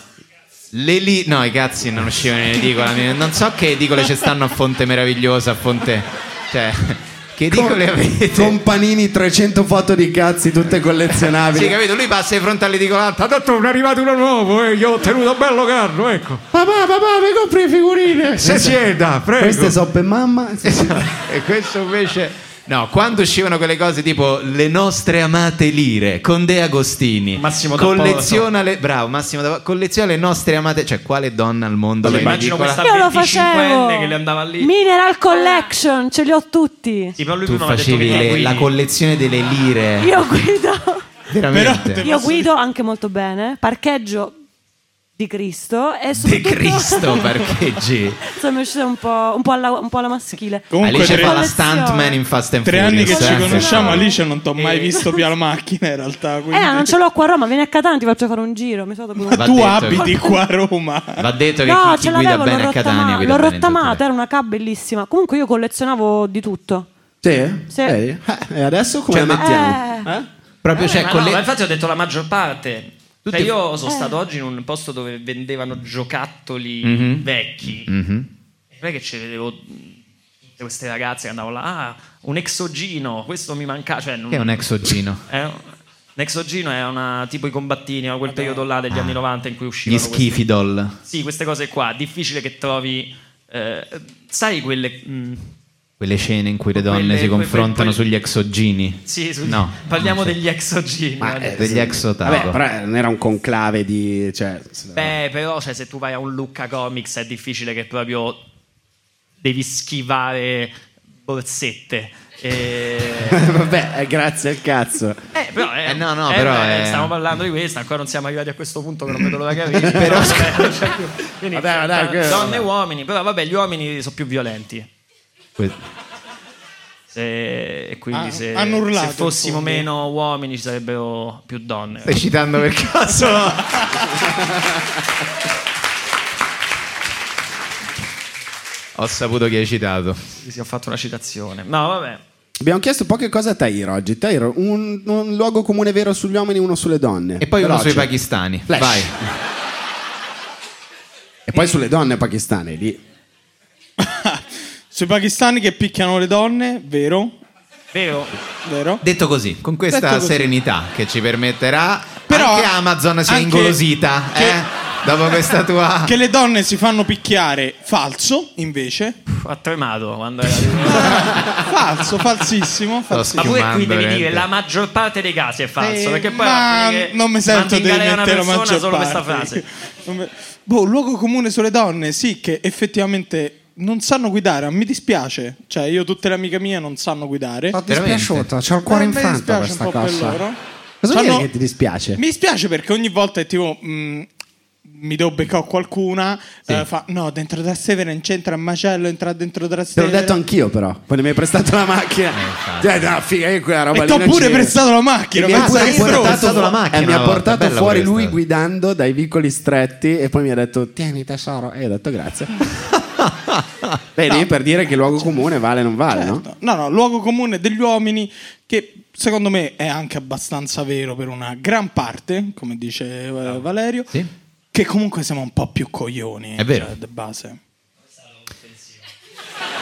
F: Le li- No, i cazzi non uscivano in edicola. mi- Non so che edicole ci stanno a Fonte Meravigliosa, a Fonte... Cioè, che edicole avete?
R: Con panini 300 foto di cazzi tutte
F: Sì,
R: collezionabili.
F: capito? Lui passa di fronte all'edicola alta. Dottore, è arrivato uno nuovo, eh, io ho tenuto bello carro, ecco.
R: Papà, papà, mi compri le figurine.
F: Se sieda, prego.
R: Queste so per mamma.
F: e questo invece... No, quando uscivano quelle cose tipo le nostre amate lire con De Agostini, Massimo
A: D'Apollo.
F: colleziona le bravo Massimo D'Apollo, colleziona le nostre amate, cioè quale donna al mondo
A: Sì,
F: lo
A: immagino
F: indicola?
A: questa
J: Io lo
A: 25enne
J: facevo.
A: che le andava lì.
I: Ah.
J: Mineral Collection, ce li ho tutti.
A: Sì, però lui
F: tu
A: prima mi ha detto che
F: facevi
A: non
F: le-
A: guidi.
F: la collezione delle lire.
J: Io guido.
F: veramente.
J: Io guido anche molto bene. Parcheggio di Cristo e
F: De
J: soprattutto
F: Cristo parcheggi.
J: sono uscita un po', un po' alla, un po' alla maschile.
F: Alice fa la
J: Collezione.
F: stuntman in Fast and
H: Tre anni
F: Furious.
H: che ci
F: eh.
H: conosciamo, Alice non ti ho mai visto più alla macchina in realtà.
J: Eh,
H: quindi-
J: no, non ce l'ho qua a Roma, vieni a Catania, ti faccio fare un giro. Mi sono dopo un-
H: Ma tu abiti qua a Roma.
F: Va detto che
J: No,
F: chi, chi guida
J: ce l'avevo, l'ho
F: bene a Catania guida
J: rottamata, l'ho
F: bene in tutto.
J: rottamata, era una cab bellissima. Comunque io collezionavo di tutto.
R: Sì?
J: Sì.
R: Eh, e adesso come
J: Cioè, ma-
R: mettiamo?
J: Eh.
F: Proprio
A: Eh,
F: c'è
A: ma
F: con
A: no,
F: le-
A: ma infatti ho detto la maggior parte. Cioè,
F: Tutti-
A: io sono
F: Eh.
A: stato oggi in un posto dove vendevano giocattoli
F: Mhm.
A: vecchi.
F: Mhm.
A: Non è che ci vedevo tutte queste ragazze che andavano là, ah, un exogino, questo mi manca. Cioè, non-
F: Che è un exogino.
A: è un- un exogino è una, tipo i combattini, no? quel periodo là degli anni 90 in cui
F: Ah. Gli
A: uscivano queste-
F: schifi doll.
A: Sì, queste cose qua, difficile che trovi... eh, sai quelle... mm,
F: Quelle scene in cui le donne
A: Quelle-
F: si
A: que- que-
F: confrontano
A: quelle-
F: sugli exogini.
A: sì, su-
F: No.
A: parliamo degli exogini. adesso.
F: eh, degli ex Otago.
B: Vabbè, però non era un conclave di... Cioè,
A: Beh, però cioè, se tu vai a un Lucca Comics è difficile che proprio devi schivare borsette. E...
B: Vabbè, eh, grazie al cazzo.
A: Eh, però, eh,
F: no, no,
A: eh,
F: però
A: beh,
F: è-
A: stiamo parlando di questa, ancora non siamo arrivati a questo punto che non vedo l'ora che arrivi. però, vabbè, non c'è più. Quindi,
B: Vabbè, dai,
A: eh,
B: quello-
A: donne e uomini, però vabbè, gli uomini sono più violenti.
F: Que-
A: Se- e quindi
F: Ah,
A: se,
F: hanno urlato,
A: se fossimo
F: in fondo.
A: meno uomini ci sarebbero più donne.
F: Stai citando per caso? Ho saputo che hai citato.
A: Sì, ho fatto una citazione. No, vabbè.
B: Abbiamo chiesto poche cose a Tahir oggi. Tahir, un, un luogo comune vero sugli uomini e uno sulle donne.
F: E poi uno
B: Veloce.
F: sui pakistani.
B: Flash.
F: Vai.
B: E poi sulle donne pakistane, lì.
H: Sui pakistani che picchiano le donne, vero?
A: Vero.
H: Vero?
F: Detto così, con questa
H: Detto così.
F: serenità che ci permetterà
H: Però
F: anche Amazon si è
H: anche
F: ingolosita,
H: che-
F: eh? Dopo questa tua
H: Che le donne si fanno picchiare falso, invece.
A: Ha tremato quando era
H: falso, falsissimo. falsissimo.
A: Ma pure qui devi dire la maggior parte dei casi è falso.
H: Eh,
A: perché poi
H: ma
A: alla fine
H: non mi sento di
A: mandingarei una
H: mettere la
A: persona
H: maggior
A: solo questa
H: parte.
A: frase.
H: Non mi- Boh, luogo comune sulle donne, sì, che effettivamente non sanno guidare, mi dispiace. Cioè, io tutte le amiche mie non sanno guidare.
R: Sono dispiaciuto, c'ho il cuore
H: Eh,
R: in
H: mi
R: fanto
H: dispiace
R: questa
H: un po' per
R: cosa.
H: loro.
B: Cosa vuol
H: Sanno-
B: dire che ti dispiace?
H: mi dispiace perché ogni volta è tipo. mh, mi devo beccare qualcuna. eh, fa, no, dentro da Severa non c'entra il macello, entra dentro da
B: Te l'ho
H: Severa.
B: detto anch'io, però. Quando mi hai prestato la macchina. Cioè, no, figa, io quella roba
H: Eh, E
B: lì
H: t'ho
B: non
H: pure
B: ci-
H: prestato la macchina,
B: E mi ha
H: ma
B: pure
H: sei
B: portato-
H: stronzo.
B: e Eh, mi ha
H: no,
B: portato
H: bella
B: fuori
H: questa.
B: lui guidando dai vicoli stretti e poi mi ha detto tieni tesoro e io ho detto grazie vedi per dire che il luogo comune vale o non vale no?
H: Certo. No, no, luogo comune degli uomini che secondo me è anche abbastanza vero per una gran parte, come dice eh, Valerio, che comunque siamo un po' più coglioni.
F: È vero.
H: cioè, di base.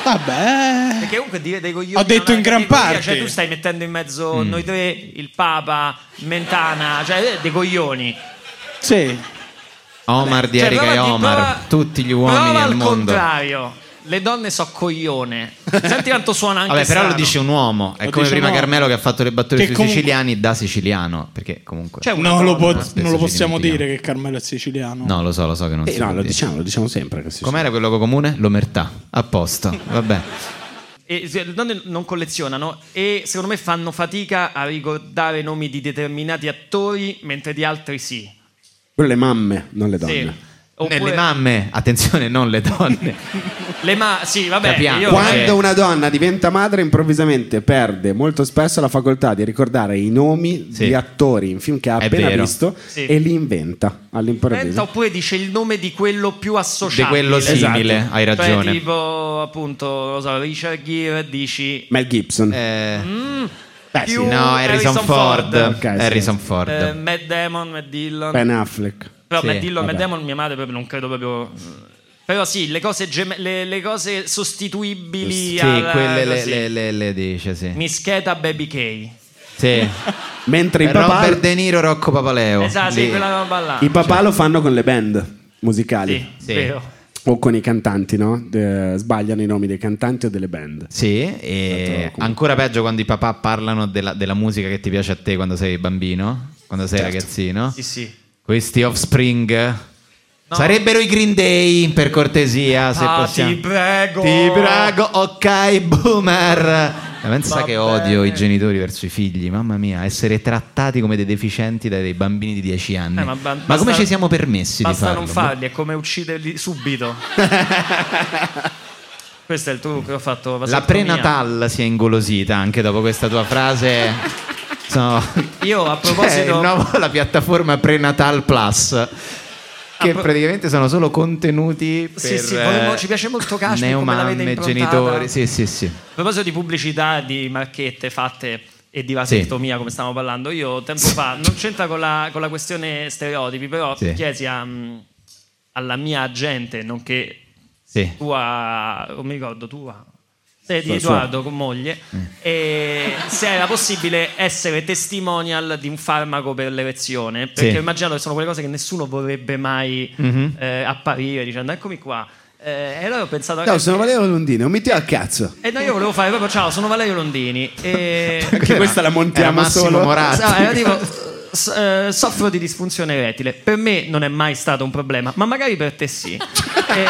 H: Vabbè.
A: Perché comunque dire dei coglioni.
H: Ho
A: non
H: detto
A: è
H: in gran
A: categoria,
H: parte.
A: Cioè, tu stai mettendo in mezzo
H: Mm.
A: noi tre, il Papa, Mentana, cioè eh, dei coglioni.
H: Sì.
F: Omar di
A: Cioè,
F: Erika
A: prova
F: e
A: a Cioè, di-
F: Omar,
A: prova-
F: tutti gli
A: Prova
F: uomini al
A: al
F: mondo.
A: contrario. le donne so coglione. Senti quanto suona anche
F: Vabbè, però lo
A: strano.
F: dice un uomo. È
A: Lo
F: come
A: dice
F: prima
A: un uomo.
F: Carmelo che ha fatto le battute
A: Che
F: sui
A: comunque-
F: siciliani da siciliano. Perché comunque.
A: C'è una
H: No, lo può-
F: Spesso
H: non lo
F: ci
H: possiamo
F: dimentichiamo.
H: dire che Carmelo è siciliano.
F: No, lo so, lo so che non
H: Eh,
F: si
H: no,
F: può
H: lo
F: dire.
H: diciamo,
B: lo diciamo sempre. si-
F: Com'era quel luogo comune? L'omertà. A posto. Vabbè.
A: E se- le donne non collezionano e secondo me fanno fatica a ricordare i nomi di determinati attori, mentre di altri sì.
B: Quelle le mamme, non le donne.
A: Sì. Oppure-
F: Le mamme, attenzione, non le donne.
A: Le ma- sì, vabbè,
F: Capiamo.
A: io-
B: Quando una donna diventa madre, improvvisamente perde molto spesso la facoltà di ricordare i nomi di attori in film che ha
F: È
B: appena
F: vero.
B: visto
A: Sì.
B: e li inventa
A: Inventa
B: all'improvviso.
A: oppure dice il nome di quello più associabile.
F: Di quello simile,
B: Esatto.
F: hai ragione.
A: Cioè, tipo, appunto, lo so, Richard Gere dici...
B: Mel Gibson.
F: Eh.
A: "Mm,
B: Beh,
A: più
F: No, Harrison Ford.
B: Ok, sì,
F: Harrison
B: sì.
F: Ford.
A: Eh, Matt Damon, Matt Dillon.
B: Ben Affleck.
A: Però
B: Sì,
A: Matt Dillon, Matt
B: vabbè.
A: Damon, mia madre proprio non credo proprio... eh, Però sì, le cose, gem- le, le cose sostituibili
F: Sì,
A: alla-
F: quelle le,
A: così.
F: le- le- le dice, sì.
A: Mischeta Baby K.
F: Sì.
B: Mentre i papà-
F: Robert De Niro, Rocco Papaleo.
A: Esatto, sì,
F: Lì.
A: quella roba là.
B: I papà lo fanno con le band musicali.
A: Sì, Sì. vero.
B: O con i cantanti, no? Eh, sbagliano i nomi dei cantanti o delle band.
F: Sì, e ancora peggio quando i papà parlano della, della musica che ti piace a te quando sei bambino, quando sei
A: Certo.
F: ragazzino.
A: Sì, sì.
F: Questi offspring sarebbero i Green Day, per cortesia, se
A: Ah,
F: possiamo.
A: ti prego.
F: Ti prego, ok, boomer. Ma Pensa che odio i genitori verso i figli, mamma mia, essere trattati come dei deficienti da dei bambini di 10 anni.
A: Eh,
F: ma,
A: ba- basta-
F: come ci siamo permessi di
A: Basta
F: farlo?
A: non farli, è come ucciderli subito. Questo è il trucco che ho fatto.
F: La
A: vasectomia.
F: prenatal si è ingolosita anche dopo questa tua frase. Sono-
A: Io
F: Eh,
A: a
F: C'è
A: proposito...
F: il nuovo- la piattaforma Prenatal Plus, che praticamente sono solo contenuti per
A: Sì, sì, volevo-
F: eh,
A: ci piace molto Cashmere, come l'avete
F: neomamme,
A: improntata.
F: genitori. Sì, sì, sì.
A: A proposito di pubblicità, di marchette fatte e di vasectomia, come stavamo parlando, io tempo fa, non c'entra con la, con la questione stereotipi, però
F: Sì.
A: chiesi a, mm, alla mia agente, nonché
F: Sì.
A: tua, non mi ricordo, tua, sei di
F: Sua-
A: Edoardo con moglie,
R: Mm.
A: e se era possibile essere testimonial di un farmaco per l'elezione, perché
F: Sì.
A: ho immaginato che sono quelle cose che nessuno vorrebbe mai
R: Mm-hmm.
F: Mhm.
A: eh, apparire dicendo eccomi qua. Eh, e allora ho pensato...
R: No, sono Valerio Londino, non mi tiro a cazzo.
A: E no, io volevo fare proprio ciao, sono Valerio Londini. E...
R: Anche questa la montiamo
F: era Massimo
R: solo.
K: Esatto.
F: Moratti.
A: Sa- eh, era tipo, s- eh, soffro di disfunzione erettile. Per me non è mai stato un problema, ma magari per te sì. e,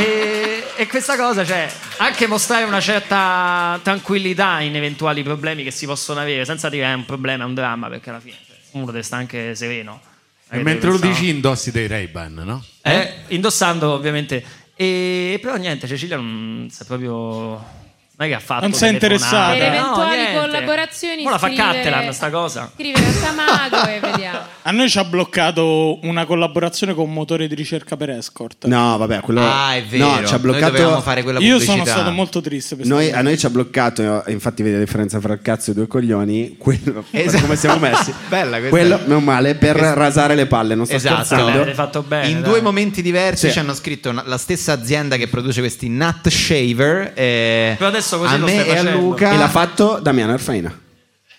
A: e- e questa cosa, cioè, anche mostrare una certa tranquillità in eventuali problemi che si possono avere, senza dire "Eh, è un problema, è un dramma, perché alla fine cioè, uno deve stare anche sereno.
K: E mentre lo
A: Pensavo-
K: dici indossi dei Ray-Ban, no?
A: eh, indossando ovviamente. E però niente, Cecilia non si è proprio. Non è che ha fatto.
H: Non si è
A: telefonate.
H: interessata.
I: Per eventuali
A: niente.
I: collaborazioni
A: Mo la fa
I: scrivere-
A: Cattelan sta cosa.
I: Scrivere a Samago e vediamo.
H: A noi ci ha bloccato una collaborazione con un motore di ricerca per escort.
B: No, vabbè, quello
H: Ah, è vero.
B: No, ci ha
H: Noi
B: bloccato
H: dovevamo fare quella Io sono pubblicità. stato molto triste per
B: Noi,
H: sta
B: a noi ci ha bloccato, eh, infatti vedi la differenza fra cazzo e due coglioni, quello per come siamo messi.
F: Bella questa.
B: quello meno male per
F: Questa-
B: rasare le palle, non sto
F: Esatto.
B: scherzando.
F: Vabbè,
A: fatto bene.
F: In due momenti diversi
B: Sì.
F: ci hanno scritto una- la stessa azienda che produce questi nut shaver. eh,
A: Però adesso così
F: a
A: lo
F: me
A: stai
F: e a
A: facendo.
F: Luca.
B: E l'ha fatto Damiano Erfaina.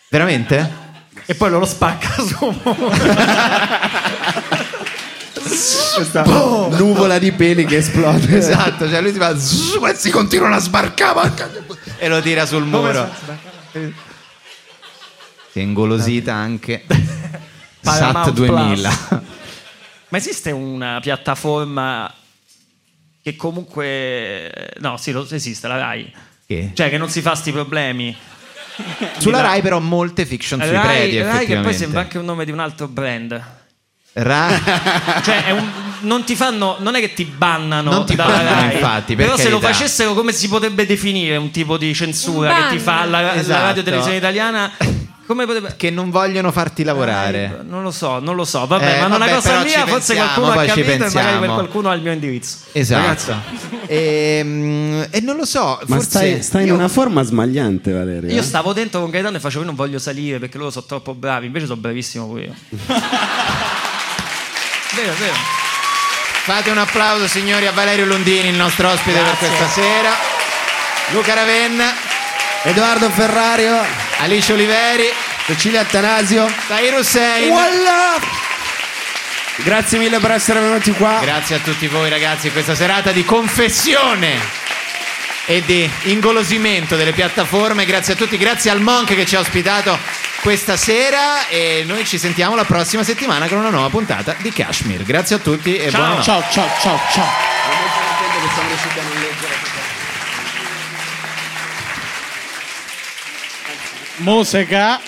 F: Veramente?
A: E poi loro spacca su.
B: Questa nuvola di peli che esplode.
F: Esatto, cioè lui si fa zzz, e si continuano a sbarcare porca- e lo tira sul muro. Si è ingolosita anche
A: Paramount
F: Sat 2000.
A: Ma esiste una piattaforma che comunque. eh, No, sì, lo- esiste, la Rai.
F: Che?
A: Cioè, che non si fa sti problemi.
F: Sulla
A: Di-
F: Rai però molte fiction sui predi
A: Rai, Rai che poi
F: effettivamente.
A: sembra anche un nome di un altro brand.
F: Rai-
A: cioè, è un- non ti fanno, non è che ti bannano
F: Non ti
A: dalla
F: bannano,
A: Rai,
F: infatti, per
A: però se lo
F: carità.
A: facessero come si potrebbe definire un tipo di censura
F: Un
A: che ti fa la, la
F: Esatto.
A: radio televisione italiana? Come potrebbe...
F: Che non vogliono farti lavorare.
A: Eh, Non lo so, non lo so, vabbè,
F: Eh,
A: ma non è
F: vabbè,
A: una cosa
F: però ci
A: mia, forse
F: pensiamo,
A: qualcuno ha
F: poi ci
A: capito e magari per
F: pensiamo.
A: qualcuno ha il mio indirizzo.
F: Esatto.
A: Ragazzi,
F: Ehm, E, non lo so,
B: Ma
F: forse
B: stai, stai in una forma smagliante, Valerio.
A: io
B: eh.
A: stavo dentro con Gaetano e facevo io non voglio salire perché loro sono troppo bravi, invece sono bravissimo pure io. vero, vero.
F: Fate un applauso signori a Valerio Londini, il nostro ospite per questa sera. Luca Ravenna.
R: Edoardo Ferrario.
F: Alice Oliveri.
R: Cecilia Attanasio.
F: Tahir Hussein.
R: Voilà! Grazie mille per essere venuti qua.
F: Grazie a tutti voi ragazzi, questa serata di confessione e di ingolosimento delle piattaforme. Grazie a tutti, grazie al Monk che ci ha ospitato questa sera e noi ci sentiamo la prossima settimana con una nuova puntata di Kashmir. Grazie a tutti e buonanotte.
H: ciao, ciao, ciao, ciao. Musica.